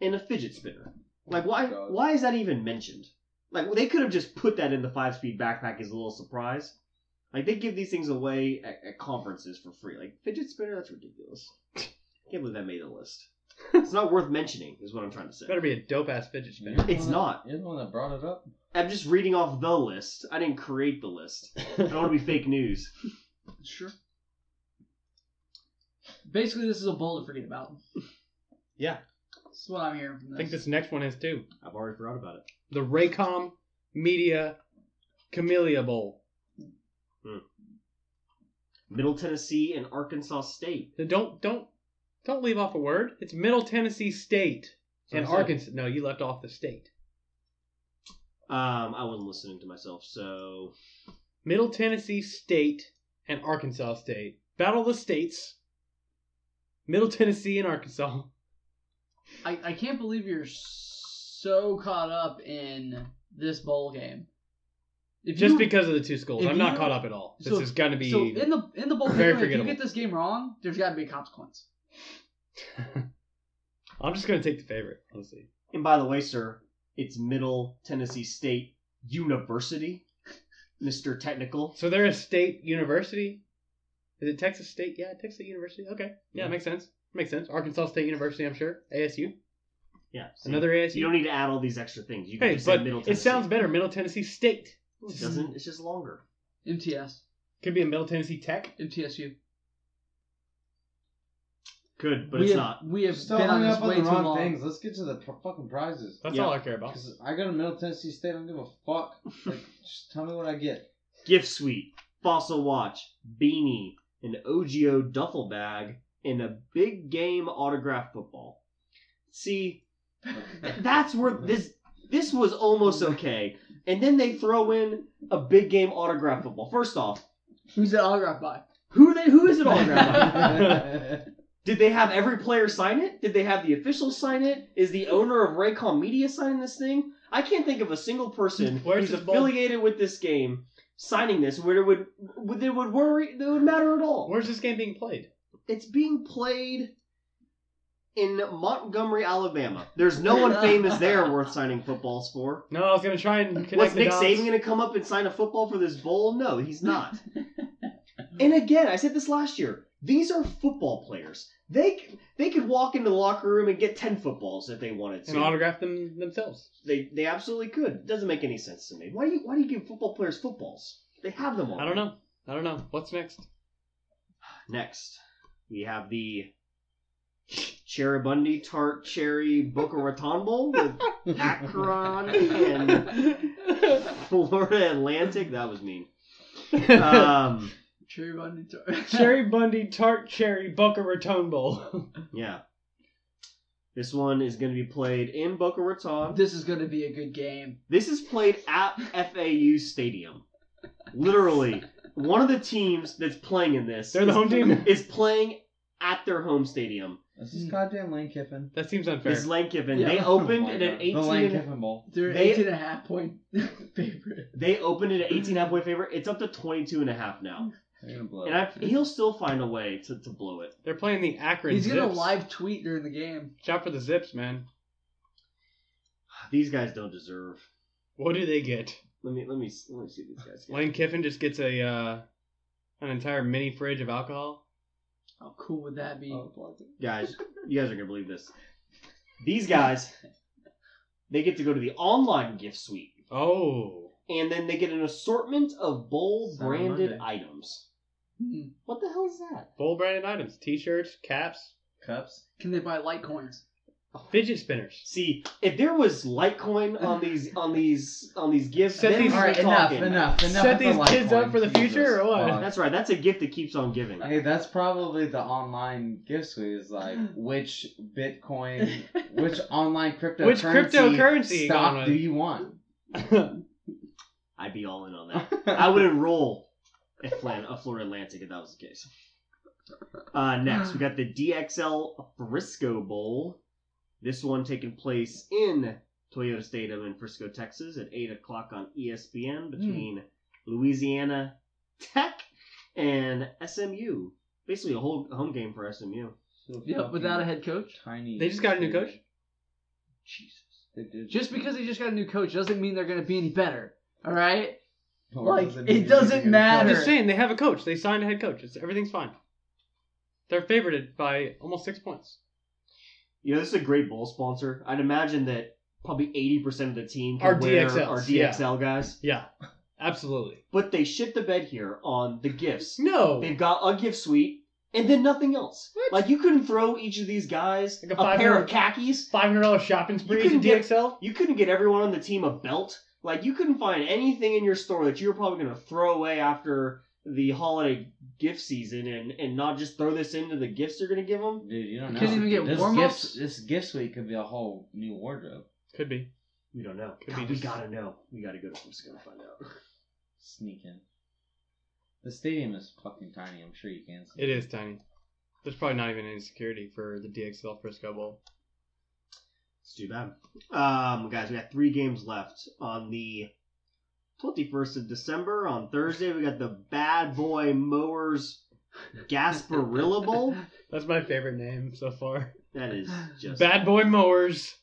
E: and a fidget spinner. Like why?
F: Oh God.
E: Why is that even mentioned? Like they could have just put that in the five speed backpack as a little surprise. Like they give these things away at, at conferences for free. Like fidget spinner, that's ridiculous. Can't believe that made the list. It's not worth mentioning, is what I'm trying to say.
C: Better be a dope ass fidget
F: You're
C: spinner.
F: the
E: It's
F: one that-
E: not.
F: You're the one that brought it up.
E: I'm just reading off the list. I didn't create the list. I don't want to be fake news.
G: Sure. Basically, this is a bowl to forget about.
E: Yeah.
G: That's what I'm hearing from this.
C: I think this next one is too.
E: I've already forgot about it.
C: The Raycom Media Camellia Bowl.
E: Middle Tennessee and Arkansas State.
C: Then Don't don't don't leave off a word. It's Middle Tennessee State
E: So
C: and
E: I said-
C: Arkansas. No, you left off the state.
E: Um, I wasn't listening to myself, so
C: Middle Tennessee State and Arkansas State. Battle of the states. Middle Tennessee and Arkansas.
G: I, I can't believe you're so caught up in this bowl game. If
C: Just
G: you-
C: because of the two schools.
G: if
C: I'm not
G: you-
C: caught up at all. This
G: so-
C: is going to be
G: so in the in the bowl
C: very
G: game, if you
C: forgettable.
G: get this game wrong, there's got to be a consequence.
C: I'm just going to take the favorite, honestly.
E: And by the way, sir, it's Middle Tennessee State University, Mr. Technical.
C: So they're a state university. Is it Texas State? Yeah, Texas State University. Okay. Yeah,
E: Yeah.
C: makes sense. Makes sense. Arkansas State University, I'm sure. ASU.
E: Yeah. see,
C: Another ASU.
E: You don't need to add all these extra things. You can
C: hey,
E: just say
C: but
E: Middle
C: it
E: Tennessee.
C: sounds better. Middle Tennessee State.
E: It doesn't. It's just longer.
G: MTS,
C: Could be a Middle Tennessee Tech.
G: MTSU.
E: Could, but
G: we
E: it's
G: have,
E: not.
G: We have
F: Still
G: been on
F: hung
G: this
F: up on
G: way
F: the
G: too
F: wrong
G: long.
F: things. Let's get to the pr- fucking prizes.
C: That's
E: Yeah.
C: all I care about.
F: 'Cause I go to Middle Tennessee State. I don't give a fuck. Like, just tell me what I get.
E: Gift suite, fossil watch, beanie, an OGO duffel bag, and a big game autograph football. See, that's where this this was almost okay. And then they throw in a big game autograph football. First off,
G: Who's that autograph by?
E: who they who is it autographed by? Did
F: That's
E: they have every player sign it? Did they have the officials sign it? Is the owner of Raycom Media signing this thing? I can't think of a single person
C: Where's
E: who's
C: this ball?
E: affiliated with this game signing this where it would would it would worry it would matter at all.
C: Where's this game being played?
E: It's being played in Montgomery, Alabama. There's no one famous there worth signing footballs for.
C: No, I was going to try and connect
E: Was
C: the
E: Nick
C: dots.
E: Saban going to come up and sign a football for this bowl? No, he's not. and again, I said this last year. These are football players. They c- they could walk into the locker room and get ten footballs if they wanted to.
C: and autograph them themselves.
E: they they absolutely could. It doesn't make any sense to me. Why do you why do you give football players footballs? They have them all.
C: I don't know. I don't know. What's next?
E: Next, we have the Cherubundi Tart Cherry Boca Raton Bowl with Akron and Florida Atlantic. That was mean. Um,
G: Cherry Bundy.
C: Uh, Cherry Bundy Tart Cherry Boca Raton Bowl.
E: Yeah. This one is going to be played in Boca Raton.
G: This is going to be a good game.
E: This is played at FAU Stadium. Literally, one of the teams that's playing in this
C: They're the
E: is-
C: home team?
E: is playing at their home stadium.
F: just goddamn Lane Kiffin.
C: that seems unfair.
E: This Lankiffin.
G: Yeah.
E: They opened
F: Oh my
E: at
F: God.
E: an 18
F: The Lane Kiffin Bowl.
G: They're
E: They-
G: 18 and a half point favorite.
E: they opened at an 18 and a half point favorite. It's up to 22 and a half now.
F: They're gonna blow.
E: And I, he'll still find a way to, to blow it.
C: They're playing the Akron
G: He's
C: Zips.
G: going to live tweet during the game.
C: Shout for the Zips, man.
E: These guys don't deserve.
C: What do they get?
E: Let me let me let me see these guys. get.
C: Lane Kiffin just gets a uh, an entire mini fridge of alcohol.
G: How cool would that be?
F: Oh, blocked it.
E: guys, you guys are gonna believe this. These guys, they get to go to the online gift suite.
C: Oh,
E: and then they get an assortment of bowl
D: Cyber
E: branded
D: Monday.
E: items.
G: Hmm.
E: What the hell is that?
C: Bull branded items, t-shirts, caps,
D: Cups.
G: Can they buy Litecoins?
C: fidget spinners.
E: See, if there was Litecoin on these on these on these gifts,
C: Set
E: then
C: these-
E: we're
D: All right, enough,
E: talking.
D: enough, enough. with
C: Set these
D: the
C: kids up
D: Litecoin.
C: for the
D: Jesus
C: future or what?
D: fuck.
E: That's right. That's a gift that keeps on giving.
F: Hey, that's probably the online gifts we is like which Bitcoin, which online cryptocurrency,
C: Which cryptocurrency you going
F: stock
C: with?
F: do you want?
E: I'd be all in on that. I would enroll at Flan, a Florida Atlantic if that was the case. Uh, next, we got the DXL Frisco Bowl. This one taking place in Toyota Stadium in Frisco, Texas, at eight o'clock on E ESPN between Louisiana Tech and SMU. Basically, a whole home game for SMU.
G: Yeah, without a head coach.
F: tiny.
C: They just got a new coach.
G: Jesus.
F: They did.
G: Just because they just got a new coach doesn't mean they're going to be any better. All right.
F: Oh,
G: like,
F: doesn't
G: it
F: mean
G: doesn't
F: anything.
G: matter.
C: I'm just saying they have a coach. They signed a head coach. It's, everything's fine. They're favored by almost six points.
E: You know, this is a great bowl sponsor. I'd imagine that probably eighty percent of the team
C: Are
E: are wear
C: DXLs,
E: our
C: yeah.
E: DXL guys,
C: Yeah, absolutely.
E: but they shit the bed here on the gifts.
C: No,
E: They've got a gift suite and then nothing else.
C: What?
E: Like you couldn't throw each of these guys
C: Like a
E: a,
C: five
E: pair
C: hundred-
E: of khakis.
C: five hundred dollars shopping
E: You
C: spree
E: couldn't
C: in
E: get-
C: DXL.
E: You couldn't get everyone on the team a belt. Like you couldn't find anything in your store that you were probably going to throw away after the holiday gift season and and not just throw this into the gifts you're going to give them.
F: Dude, you don't
G: You
F: know.
G: couldn't even get
F: this
G: warm-ups?
F: gifts- This gift suite could be a whole new wardrobe.
C: Could be.
E: We don't know.
C: Could be
E: God,
C: just-
E: We gotta know. We gotta go to Frisco to find out.
F: Sneak in. The stadium is fucking tiny. I'm sure you can. see
C: It is tiny. There's probably not even any security for the DXL Frisco Bowl.
E: It's too bad. Um, guys, we got three games left on the 21st of December. On Thursday, we got the Bad Boy Mowers Gasparilla Bowl.
C: That's my favorite name so far.
E: That is just
C: Bad Boy Mowers.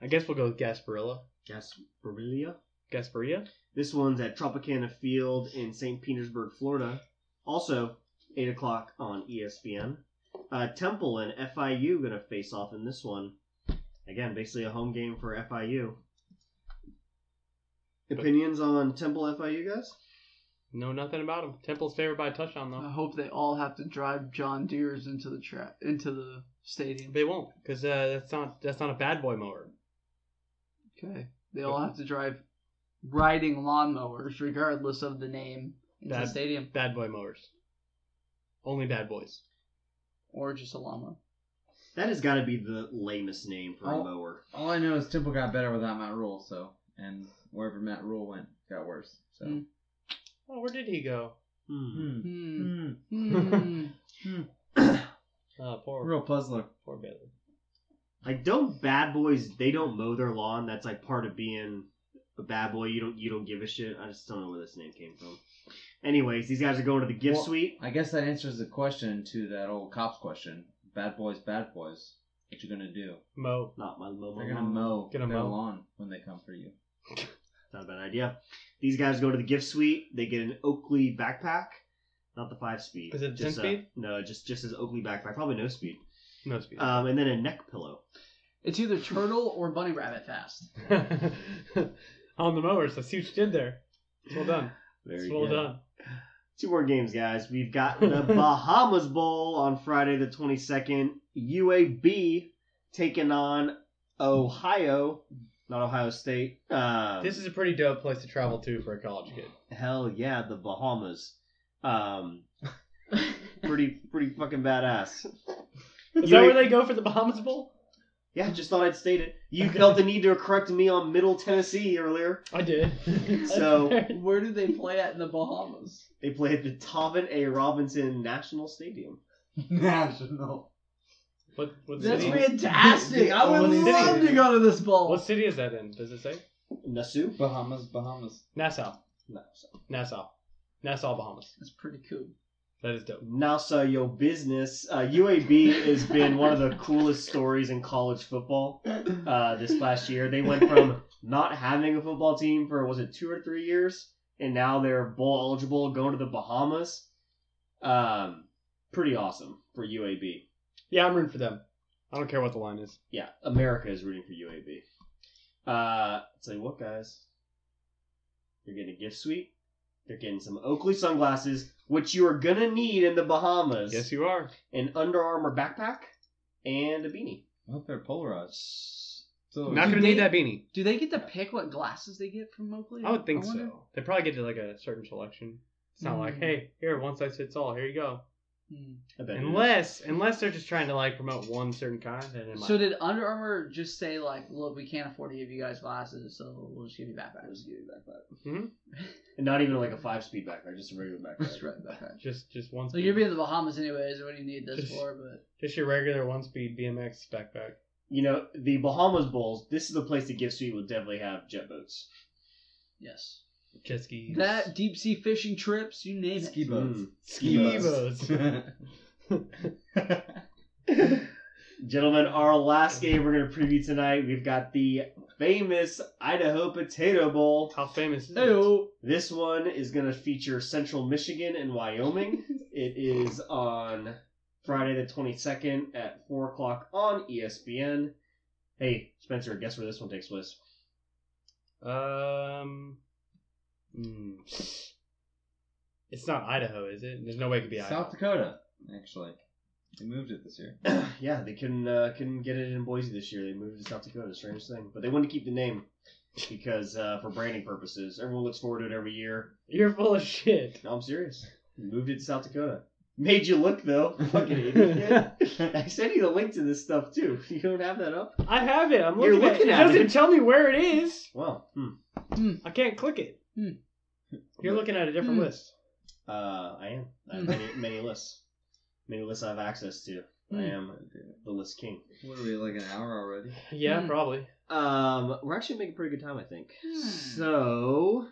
C: I guess we'll go with Gasparilla.
E: Gasparilla.
C: Gasparilla?
E: This one's at Tropicana Field in St. Petersburg, Florida. Also, 8 o'clock on E ESPN. Uh, Temple and FIU going to face off in this one. Again, basically a home game for FIU. Opinions on Temple FIU, guys?
C: Know nothing about him. Temple's favored by a touchdown,
G: I
C: though.
G: hope they all have to drive John Deere's into the trap into the stadium.
C: They won't, because uh, that's not that's not a bad boy mower.
G: Okay. They all have to drive riding lawnmowers, regardless of the name, into the
C: That-
G: stadium
C: Bad boy mowers. Only bad boys.
G: or just a llama.
E: That has got to be the lamest name for a
F: Oh.
E: mower.
F: All I know is Temple got better without Matt Rule, so and wherever Matt Rule went, got worse. So.
G: Mm.
C: Oh, where did he go?
F: Hmm.
G: Hmm.
F: Hmm.
G: Hmm.
C: Uh, poor,
F: Real puzzler.
C: poor Bailey.
E: Like, don't bad boys? They don't mow their lawn. That's like part of being a bad boy. You don't you don't give a shit. I just don't know where this name came from. Anyways, these guys are going to the gift
F: Well-
E: suite.
F: I guess that answers the question to that old cop's question. Bad boys, bad boys. What you gonna do?
C: Mo.
E: Not my mow. my
F: They're gonna
E: lawn.
F: mow
C: Gonna
F: their
C: mow.
F: lawn when they come for you.
E: Not a bad idea. These guys go to the gift suite. They get an Oakley backpack, not the five speed.
C: Is it
E: Just
C: 10
E: a-
C: speed?
E: No, just just his Oakley backpack. Probably no speed.
C: No speed.
E: Um, and then a neck pillow.
G: It's either turtle or bunny rabbit fast.
C: On the mowers. I see what you did there. It's well done.
E: Very
C: it's well
E: good.
C: done.
E: Two more games, guys. We've got the Bahamas Bowl on Friday the 22nd. UAB taking on Ohio, not Ohio State. Um,
C: This is a pretty dope place to travel to for a college kid.
E: hell yeah, the Bahamas. Um, pretty pretty fucking badass.
C: Is that where they go for the Bahamas Bowl?
E: Yeah, just thought I'd state it. You felt the need to correct me on Middle Tennessee earlier.
C: I did.
E: So-
G: Where do they play at in the Bahamas?
E: They play at the Tobin A. Robinson National Stadium.
F: National.
C: what what
G: That's
C: city?
G: fantastic. I would
C: Only
G: love
C: city.
G: to go to this bowl.
C: What city is that in? Does it say
E: Nassau?
F: Bahamas, Bahamas.
C: Nassau?
E: Nassau.
C: Nassau, Nassau, Bahamas.
G: That's pretty cool.
C: That is dope.
E: NASA Yo Business. Uh, UAB has been one of the coolest stories in college football uh, this last year. They went from not having a football team for, was it two or three years? And now they're bowl eligible, going to the Bahamas. Um, pretty awesome for UAB.
C: Yeah, I'm rooting for them. I don't care what the line is.
E: Yeah, America is rooting for UAB. Uh, tell you what, guys, You're getting a gift suite. You're getting some Oakley sunglasses, which you are gonna need in the Bahamas.
C: Yes, you are.
E: An Under Armour backpack and a beanie.
F: I hope they're polarized. So
C: Not gonna
G: they-
C: need that beanie.
G: Do they get to pick what glasses they get from Oakley?
C: I would think
G: wonder.
C: so. They probably get to like a certain selection. It's not like,
G: Mm.
C: hey, here, one size fits all. Here you go.
G: Hmm.
E: I bet it is.
C: Unless, unless they're just trying to like promote one certain kind. And it might-
G: So did Under Armour just say like, look, we can't afford to give you guys glasses, so we'll just give you backpacks.
C: Hmm?
E: And not even like a five speed backpack, just a regular backpack.
G: Just right backpacks.
C: just just one.
G: So you're
C: speed.
G: being in the Bahamas anyways. What do you need this
C: Just-
G: for? But
C: just your regular one speed BMX backpack.
E: You know, the Bahamas Bowls, this is the place the gift suite will definitely have jet boats.
G: yes,
C: Jet skis.
G: that deep sea fishing trips, you name
F: Ski
G: it.
F: boats.
E: Mm.
F: Hmm. Ski
C: boats.
E: Gentlemen, our last game we're going to preview tonight, we've got the famous Idaho Potato Bowl.
C: How famous is it?
G: Ew.
E: This one is going to feature Central Michigan and Wyoming. it is on Friday the 22nd at 4 o'clock on E ESPN. Hey, Spencer, guess where this one takes place?
C: Um. hmm. It's not Idaho, is it? There's no way it could be Idaho.
F: South Dakota, actually. They moved it this year.
E: yeah, they couldn't uh, couldn't get it in Boise this year. They moved to South Dakota. Strange thing, but they wanted to keep the name because uh, for branding purposes, everyone looks forward to it every year.
C: You're full of shit.
E: No, I'm serious. Moved it to South Dakota. Made you look though, fucking idiot. I sent you the link to this stuff too. You don't have that up?
C: I have it. I'm
E: You're
C: looking, at,
E: looking
C: it.
E: at
C: doesn't
E: it.
C: tell me where it is.
E: Wow. Hmm.
C: I can't click it.
G: Hmm.
C: You're looking at a different
G: Hmm.
C: list.
E: Uh, I am. I have
G: Hmm.
E: many, many lists. Many lists I have access to. I
G: Hmm.
E: am the list king.
F: What are we, like an hour already?
C: Yeah,
G: Hmm.
C: probably.
E: Um, we're actually making pretty good time, I think. So,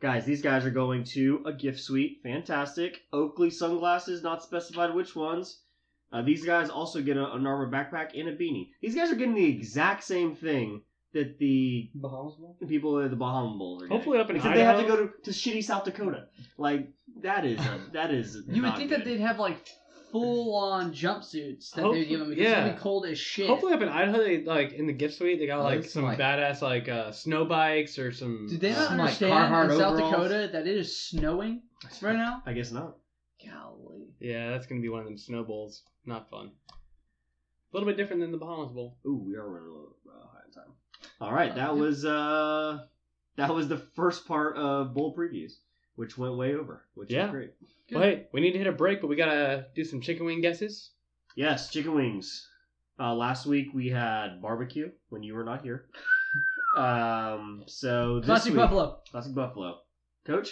E: guys, these guys are going to a gift suite. Fantastic. Oakley sunglasses, not specified which ones. Uh, these guys also get a, an armor backpack and a beanie. These guys are getting the exact same thing that the
F: Bahamas Bowl?
E: people at the Bahama Bowl are getting.
C: Hopefully up in
E: Except
C: Idaho.
E: they have to go to, to shitty South Dakota. Like, that is, a, that is.
G: You would
E: not
G: think that
E: good.
G: they'd have like full on jumpsuits that
C: Hopefully-
G: they'd give them because yeah.
C: yeah.
G: it'd be cold as shit.
C: Hopefully up in Idaho, they like in the gift suite, they got
F: Oh,
C: like
F: this
C: some
F: might-
C: badass like uh, snow bikes or some.
G: Did they not
F: Some, like,
G: understand
F: Carhartt
G: in South
F: overalls?
G: Dakota that it is snowing right now?
E: I guess not.
G: Golly.
C: Yeah, that's gonna be one of them snow bowls. Not fun. A little bit different than the Bahamas Bowl.
E: Ooh, we are running a little uh, high on time. All right, that was uh, that was the first part of bowl previews, which went way over, which
C: Yeah.
E: is great.
G: Good.
C: Well, hey, we need to hit a break, but we gotta do some chicken wing guesses.
E: Yes, chicken wings. Uh, last week we had barbecue when you were not here. Um, so this
G: Classic
E: week,
G: Buffalo.
E: classic buffalo, coach.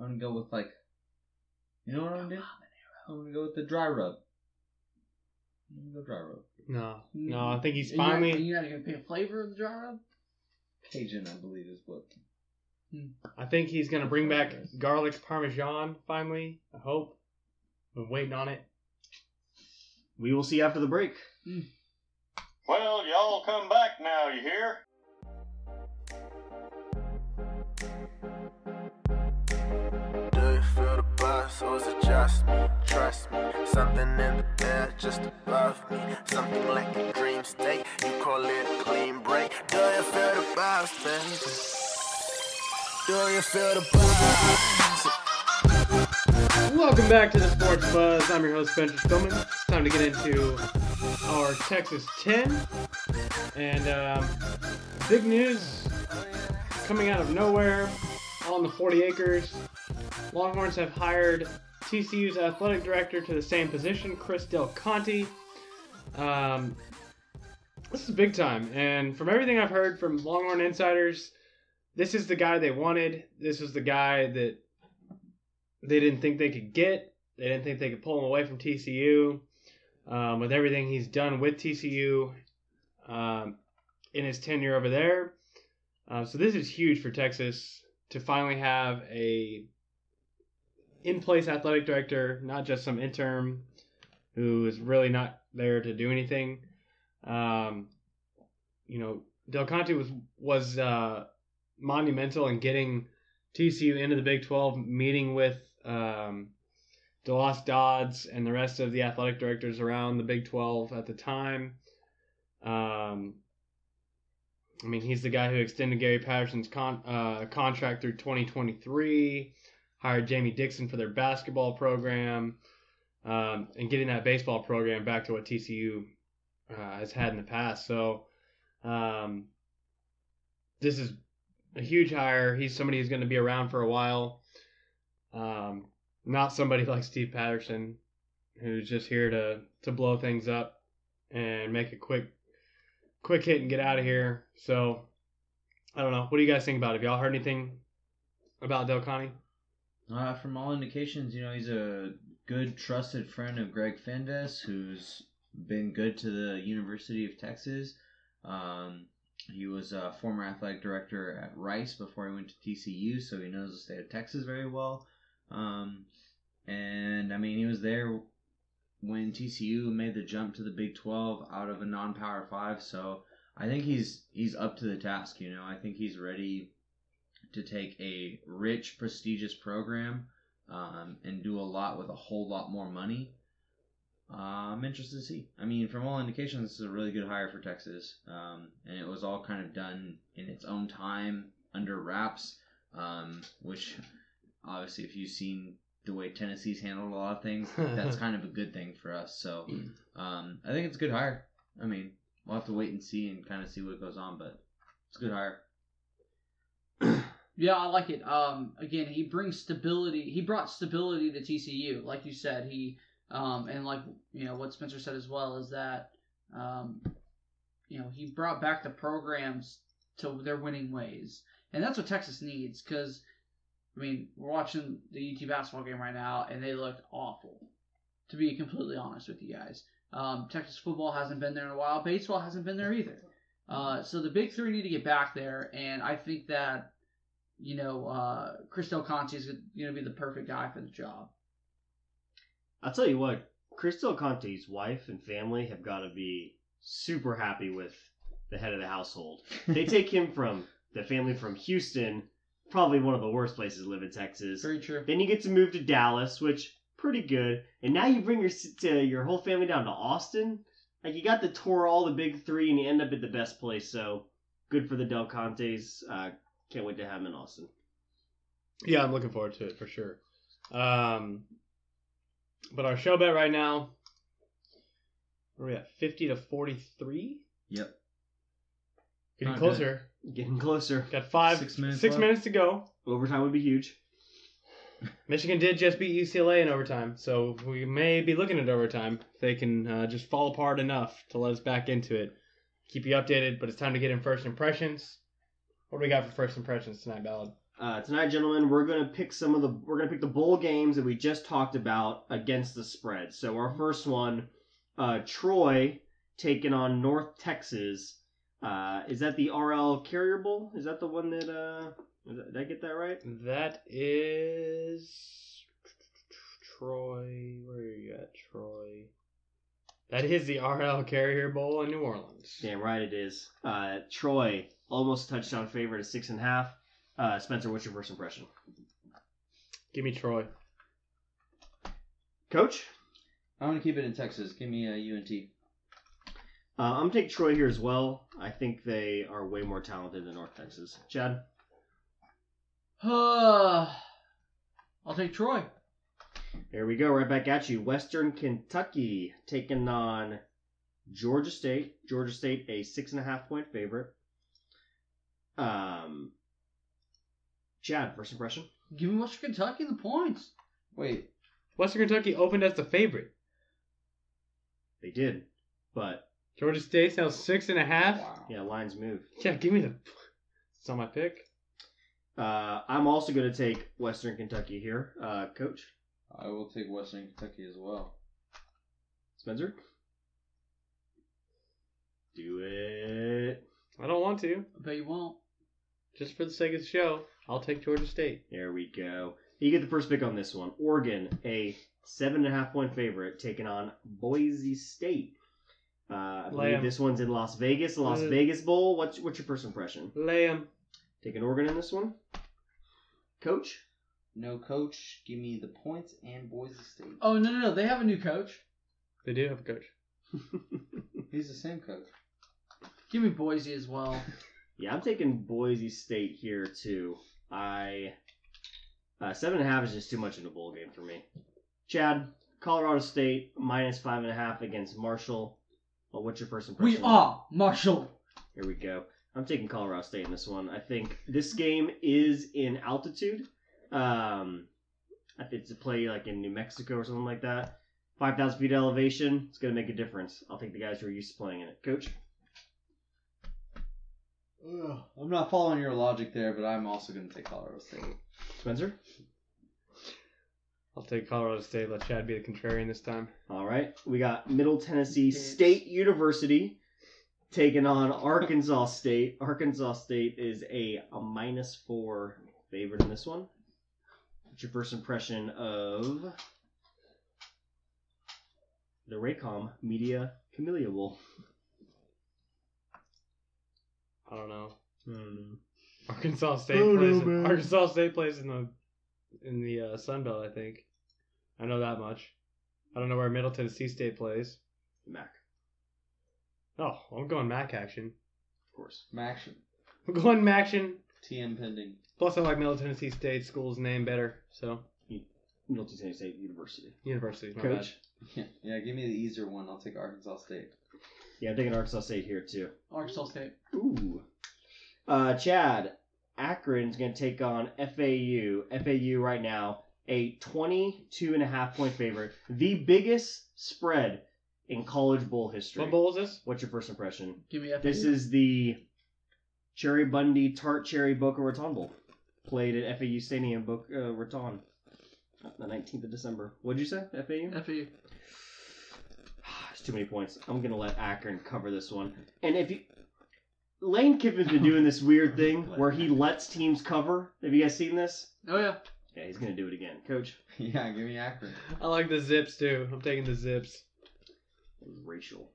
F: I'm gonna go with, like, you know what I'm gonna do? I'm gonna go with the dry rub. I'm gonna go dry rub.
C: No, no, I think he's
G: And you're-
C: finally.
G: and You're not, gonna pick a flavor of the jar rub?
F: Cajun, I believe, is what.
C: I think he's gonna bring back garlic parmesan finally. I hope. Been waiting on it.
E: We will see you after the break.
G: Hmm.
J: Well, y'all come back now, you hear?
K: Do you feel the buzz or is it just me? Trust me, something in the air just above me. Something like a dream state, you call it a clean break. Do you feel the buzz, baby? Do you feel the buzz?
C: Welcome back to the Sports Buzz. I'm your host, Spencer Spillman. It's time to get into our Texas 10. And um, big news coming out of nowhere on the 40 acres. Longhorns have hired TCU's athletic director to the same position, Chris Del Conte. Um, this is big time. And from everything I've heard from Longhorn insiders, this is the guy they wanted. This was the guy that they didn't think they could get. They didn't think they could pull him away from TCU. Um, with everything he's done with TCU um, in his tenure over there, um, so this is huge for Texas to finally have a in-place athletic director, not just some interim who is really not there to do anything. Um, you know, Del Conte was was uh, monumental in getting TCU into the Big 12, meeting with um, Delos Dodds and the rest of the athletic directors around the Big 12 at the time. Um, I mean, he's the guy who extended Gary Patterson's con- uh, contract through 2023, hired Jamie Dixon for their basketball program, um, and getting that baseball program back to what TCU uh, has had in the past. So um, this is a huge hire. He's somebody who's going to be around for a while. Um, not somebody like Steve Patterson, who's just here to to blow things up and make a quick quick hit and get out of here. So I don't know. What do you guys think about it? Have y'all heard anything about Del Connie?
F: Uh, from all indications, you know, he's a good, trusted friend of Greg Fendes, who's been good to the University of Texas. Um, he was a former athletic director at Rice before he went to TCU, so he knows the state of Texas very well. Um, and, I mean, he was there when TCU made the jump to the Big 12 out of a non-power 5, so I think he's he's up to the task, you know. I think he's ready to take a rich, prestigious program um, and do a lot with a whole lot more money. Uh, I'm interested to see. I mean, from all indications, this is a really good hire for Texas, um, and it was all kind of done in its own time under wraps, um, which obviously, if you've seen the way Tennessee's handled a lot of things, that's kind of a good thing for us. So um, I think it's a good hire. I mean, we'll have to wait and see and kind of see what goes on, but it's a good hire.
G: Yeah, I like it. Um, again, he brings stability. He brought stability to TCU, like you said. He um, and like you know what Spencer said as well is that um, you know he brought back the programs to their winning ways, and that's what Texas needs. Because I mean, we're watching the UT basketball game right now, and they looked awful. To be completely honest with you guys, um, Texas football hasn't been there in a while. Baseball hasn't been there either. Uh, so the big three need to get back there, and I think that you know, uh, Chris Del Conte is going to be the perfect guy for the job.
E: I'll tell you what, Crystal Conte's wife and family have got to be super happy with the head of the household. They take him from the family from Houston, probably one of the worst places to live in Texas.
G: Very true.
E: Then you get to move to Dallas, which pretty good. And now you bring your s- to your whole family down to Austin. Like you got to tour all the big three, and you end up at the best place. So good for the Del Contes. Uh, can't wait to have him in Austin.
C: Yeah, I'm looking forward to it for sure. Um, but our show bet right now, what are we at? 50 to 43?
F: Yep.
C: Getting
F: Not
C: closer.
E: Getting closer.
C: Got five,
F: Six minutes
C: six
F: left.
C: minutes to go.
E: Overtime would be huge.
C: Michigan did just beat UCLA in overtime, so we may be looking at overtime. If they can uh, just fall apart enough to let us back into it. Keep you updated, but it's time to get in first impressions. What do we got for first impressions tonight, Ballad?
E: Uh, tonight, gentlemen, we're gonna pick some of the we're gonna pick the bowl games that we just talked about against the spread. So our first one, uh, Troy taking on North Texas. Uh, is that the RL Carrier Bowl? Is that the one that uh? is that- Did I get that right?
C: That is Troy. Where are you at, Troy? That is the RL Carrier Bowl in New Orleans.
E: Damn right it is. Uh, Troy almost a touchdown favorite at six and a half. Uh, Spencer, what's your first impression?
C: Give me Troy.
E: Coach,
F: I'm going to keep it in Texas. Give me a UNT.
E: uh, I'm gonna take Troy here as well. I think they are way more talented than North Texas. Chad,
G: Uh, I'll take Troy.
E: Here we go, right back at you. Western Kentucky taking on Georgia State. Georgia State, a six and a half point favorite. Um, Chad, first impression.
G: Give me Western Kentucky the points.
F: Wait,
C: Western Kentucky opened as the favorite.
E: They did, but
C: Georgia State's now six and a half.
E: yeah, lines move.
C: Yeah, give me the. It's not my pick.
E: Uh, I'm also going to take Western Kentucky here. Uh, Coach
F: I will take Western Kentucky as well.
E: Spencer, do it.
C: I don't want to.
G: I bet you won't.
C: Just for the sake of the show, I'll take Georgia State.
E: There we go. You get the first pick on this one. Oregon, a seven and a half point favorite, taking on Boise State. Uh, I believe
C: Lamb.
E: this one's in Las Vegas, the Las
C: Uh,
E: Vegas Bowl. What's what's your first impression?
C: Lay 'em.
E: Taking Oregon in this one, Coach.
F: No coach. Give me the points and Boise State.
G: Oh no no no! They have a new coach.
C: They do have a coach.
F: He's the same coach.
G: Give me Boise as well.
E: Yeah, I'm taking Boise State here too. I uh, seven and a half is just too much in a bowl game for me. Chad, Colorado State minus five and a half against Marshall. Well, what's your first
G: We
E: impression?
G: are Marshall.
E: Here we go. I'm taking Colorado State in this one. I think this game is in altitude. Um, I think it's a play like in New Mexico or something like that. 5,000 feet elevation. It's going to make a difference. I'll take the guys who are used to playing in it. Coach?
F: Ugh, I'm not following your logic there, but I'm also going to take Colorado State.
E: Spencer?
C: I'll take Colorado State. Let Chad be the contrarian this time.
E: All right. We got Middle Tennessee State University taking on Arkansas State. Arkansas State is a, a minus four favorite in this one. What's your first impression of the Raycom Media Camellia Bowl?
C: I don't know.
E: I don't know.
C: Arkansas State
E: Oh, no,
C: plays. in-
E: man.
C: Arkansas State plays in the in the uh, Sun Belt, I think. I know that much. I don't know where Middle Tennessee State plays.
E: Mac,
C: Oh, I'm going Mac action.
E: of course.
F: Maction.
C: I'm going Maction.
F: TM pending.
C: Plus, I like Middle Tennessee State school's name better. So
E: Middle Tennessee State University.
C: university, my
E: Coach?
C: bad.
F: Yeah, yeah, give me the easier one. I'll take Arkansas State.
E: Yeah, I'm taking Arkansas State here too.
G: Arkansas State.
E: Ooh. Uh, Chad, Akron's going to take on FAU. FAU right now, a 22 and a half point favorite. The biggest spread in college bowl history.
C: What bowl is this?
E: What's your first impression?
G: Give me FAU.
E: This is the Cherry Bundy Tart Cherry Boca Raton Bowl. Played at FAU Stadium, Boca uh, Raton, the 19th of December. What'd you say, FAU?
G: FAU.
E: It's too many points. I'm gonna let Akron cover this one. And if you Lane Kiffin's been doing this weird thing where he lets teams cover. Have you guys seen this?
G: Oh yeah.
E: Yeah, he's gonna do it again. Coach.
F: Yeah, give me Akron.
C: I like the Zips too. I'm taking the Zips.
E: Racial.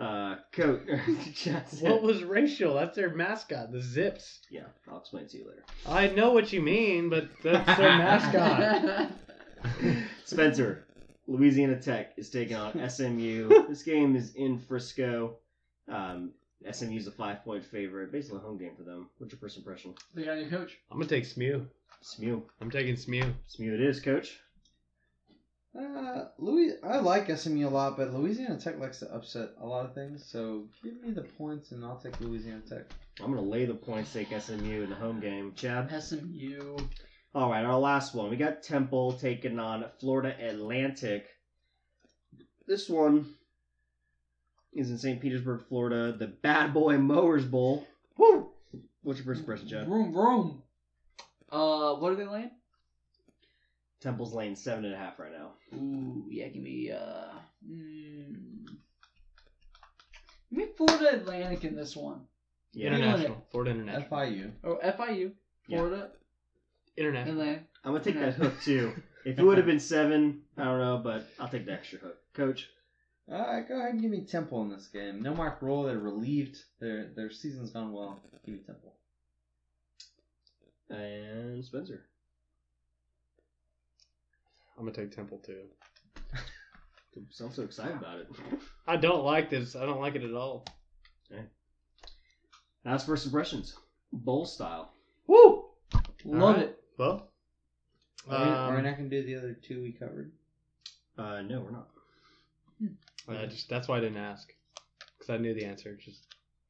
E: Uh coach
C: What was racial? That's their mascot, the Zips.
E: Yeah, I'll explain it to you later.
C: I know what you mean, but that's their mascot.
E: Spencer, Louisiana Tech is taking on SMU. this game is in Frisco. Um SMU's a five point favorite, basically a home game for them. What's your first impression?
G: They got a new coach.
C: I'm gonna take SMU.
E: Smew.
C: I'm taking SMU.
E: Smew it is, coach.
F: Uh, Louis, I like SMU a lot, but Louisiana Tech likes to upset a lot of things. So give me the points, and I'll take Louisiana Tech.
E: I'm gonna lay the points, take SMU in the home game. Chad.
G: SMU.
E: All right, our last one. We got Temple taking on Florida Atlantic. This one is in St. Petersburg, Florida, the Bad Boy Mowers Bowl. Woo! What's your first impression, Chad?
G: Room, room. Uh, what are they laying?
E: Temple's laying seven and a half right now.
G: Ooh, yeah, give me uh, mm, give me Florida Atlantic in this one.
E: Yeah,
C: International. Florida International.
F: FIU.
G: Oh, FIU,
E: Yeah.
G: Florida
C: International.
G: Atlantic.
E: I'm gonna take that hook too. If it would have been seven, I don't know, but I'll take the extra hook. Coach,
F: Uh, go ahead and give me Temple in this game. No Mark Roll. They're relieved. Their their season's gone well. Give me Temple.
E: and Spencer.
C: I'm gonna take Temple too.
E: Sounds so excited about it.
C: I don't like this. I don't like it at all.
E: That's first impressions, bowl style.
G: Woo! Love
C: right.
G: it.
C: Well,
F: Are, we, are we
C: um,
F: not gonna do the other two we covered?
E: Uh, no, we're not.
C: I just that's why I didn't ask because I knew the answer. Just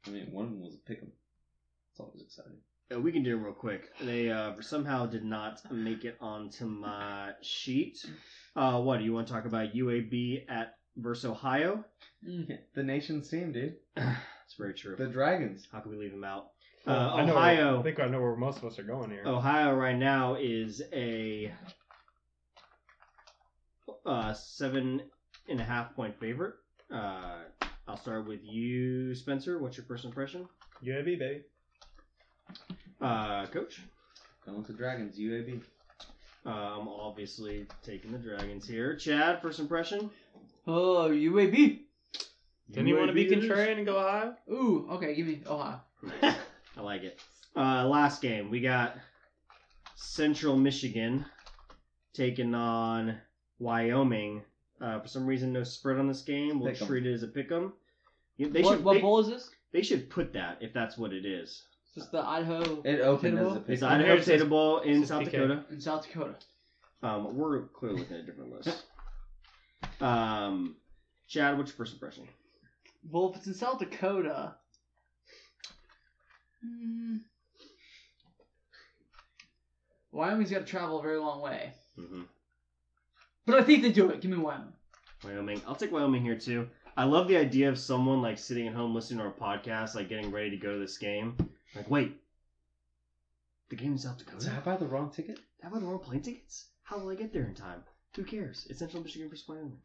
F: I mean, one of them was a pick'em. It's always exciting.
E: Uh, we can do it real quick. They uh, somehow did not make it onto my sheet. Uh, what do you want to talk about? UAB at versus Ohio.
F: The nation's team, dude.
E: That's very true.
F: The Dragons.
E: How can we leave them out?
C: Well,
E: Uh,
C: I know- I
E: Ohio.
C: think I know where most of us are going here.
E: Ohio right now is a uh, seven and a half point favorite. Uh, I'll start with you, Spencer. What's your first impression,
C: UAB baby.
E: uh, Coach?
F: Going with the Dragons. UAB.
E: Uh, I'm obviously taking the Dragons here. Chad, first impression.
G: Oh, UAB.
C: Didn't you want to be
E: UAB it is.
C: contrarian and go Ohio?
G: Ooh, okay, give me Ohio.
E: I like it. Uh, last game, we got Central Michigan taking on Wyoming. Uh, for some reason, no spread on this game. We'll
F: Pick 'em.
E: treat it as a pick 'em. Yeah, They
G: what
E: should
G: what
E: they,
G: bowl is this?
E: they should put that if that's what it is.
G: Is this the Idaho?
F: It opened
G: Potato
F: as
G: Bowl?
F: a
E: It's Idaho Potato Bowl in South Dakota.
G: In South Dakota.
E: Um, we're clearly looking at a different list. Um, Chad, what's your first impression?
G: Well, if it's in South Dakota. Hmm. Wyoming's got to travel a very long way.
E: Mm-hmm.
G: But I think they do it. Give me Wyoming.
E: Wyoming. I'll take Wyoming here too. I love the idea of someone like sitting at home listening to our podcast, like getting ready to go to this game. Like, wait, the game in South Dakota.
F: So I buy the wrong ticket?
E: Have I the wrong plane tickets? How will I get there in time? Who cares? It's Central Michigan versus Wyoming.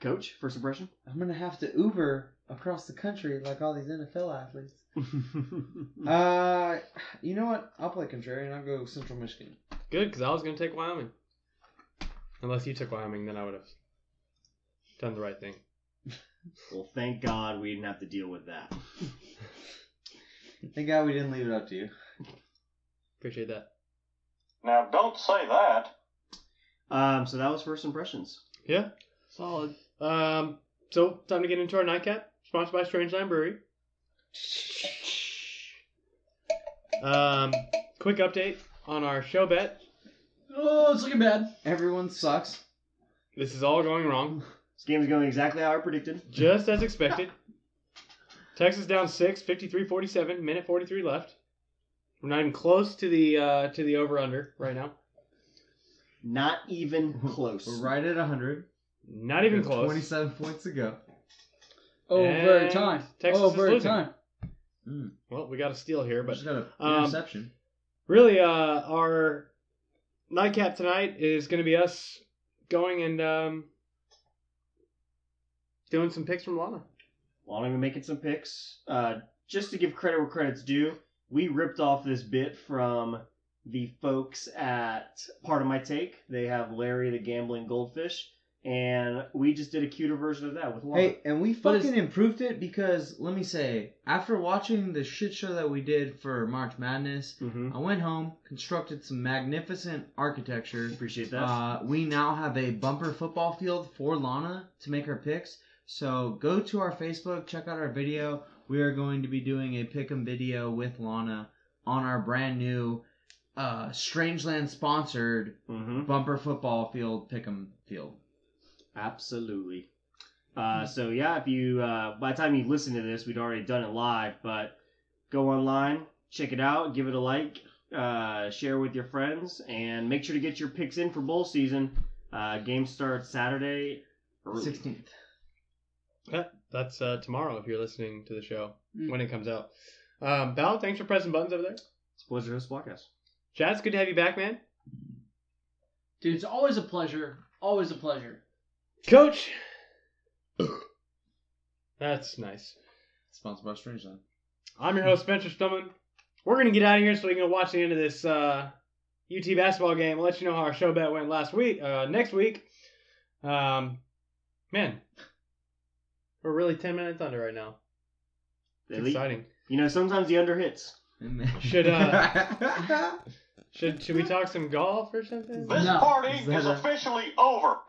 E: Coach, first impression.
F: I'm gonna have to Uber across the country like all these NFL athletes. uh, you know what? I'll play contrarian. I'll go Central Michigan.
C: Good, because I was going to take Wyoming. Unless you took Wyoming, then I would have done the right thing.
E: Well, thank God we didn't have to deal with that.
F: Thank God we didn't leave it up to you.
C: Appreciate that.
J: Now, don't say that.
E: Um, so that was first impressions.
C: Yeah.
G: Solid.
C: Um, so, time to get into our nightcap, sponsored by Strange Line Brewery. Um, quick update on our show bet.
G: Oh, it's looking bad.
F: Everyone sucks.
C: This is all going wrong,
E: This game is going exactly how I predicted.
C: just as expected. Texas down six, 53-47, minute 43 left. We're not even close to the uh, to the over under right now.
E: Not even close.
F: We're right at 100.
C: Not even
F: With
C: close.
F: 27 points to go.
G: Over
C: And
G: time.
C: Texas is
G: Over
C: losing.
G: time.
F: Mm.
C: Well, we got a steal here, but
F: Just got an
C: Um,
F: interception.
C: really, uh, our nightcap tonight is going to be us going and um, doing some picks from Lana.
E: While I'm making some picks, uh, just to give credit where credit's due, we ripped off this bit from the folks at Part of My Take. They have Larry the Gambling Goldfish, and we just did a cuter version of that with Lana.
F: Hey, and we
E: But
F: fucking improved it because let me say, after watching the shit show that we did for March Madness,
E: Mhm.
F: I went home, constructed some magnificent architecture.
E: Appreciate that.
F: Uh, we now have a bumper football field for Lana to make her picks. So go to our Facebook, check out our video. We are going to be doing a pick 'em video with Lana on our brand new uh, Strangeland sponsored
E: hmm
F: bumper football field pick 'em field.
E: Absolutely. Uh, so yeah, if you uh, by the time you listen to this, we'd already done it live, but go online, check it out, give it a like, uh, share with your friends, and make sure to get your picks in for bowl season. Uh, game starts Saturday. early.
F: 16th.
C: That, that's uh, tomorrow if you're listening to the show
G: Mm.
C: when it comes out. Um, Val, thanks for pressing buttons over there.
E: It's a pleasure to host the podcast.
C: Chad, it's good to have you back, man.
G: Dude, it's always a pleasure. Always a pleasure.
C: Coach. That's nice.
F: Sponsored by Strangeland.
C: I'm your host, Spencer Stumman. We're going to get out of here so we can watch the end of this uh, UT basketball game. We'll let you know how our show bet went last week, uh, next week. Um, man, we're really 10 minutes under right now. It's
E: Elite.
C: exciting.
E: You know, sometimes the under hits.
C: Should, uh, Should should we talk some golf or something?
J: This
G: No.
J: party
F: Is that
J: is
F: a-
J: officially over.
F: I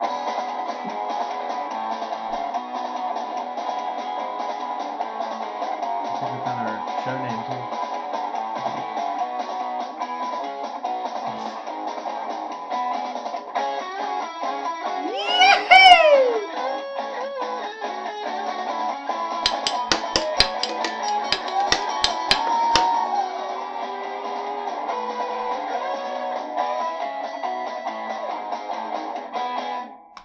F: think we found our show name too.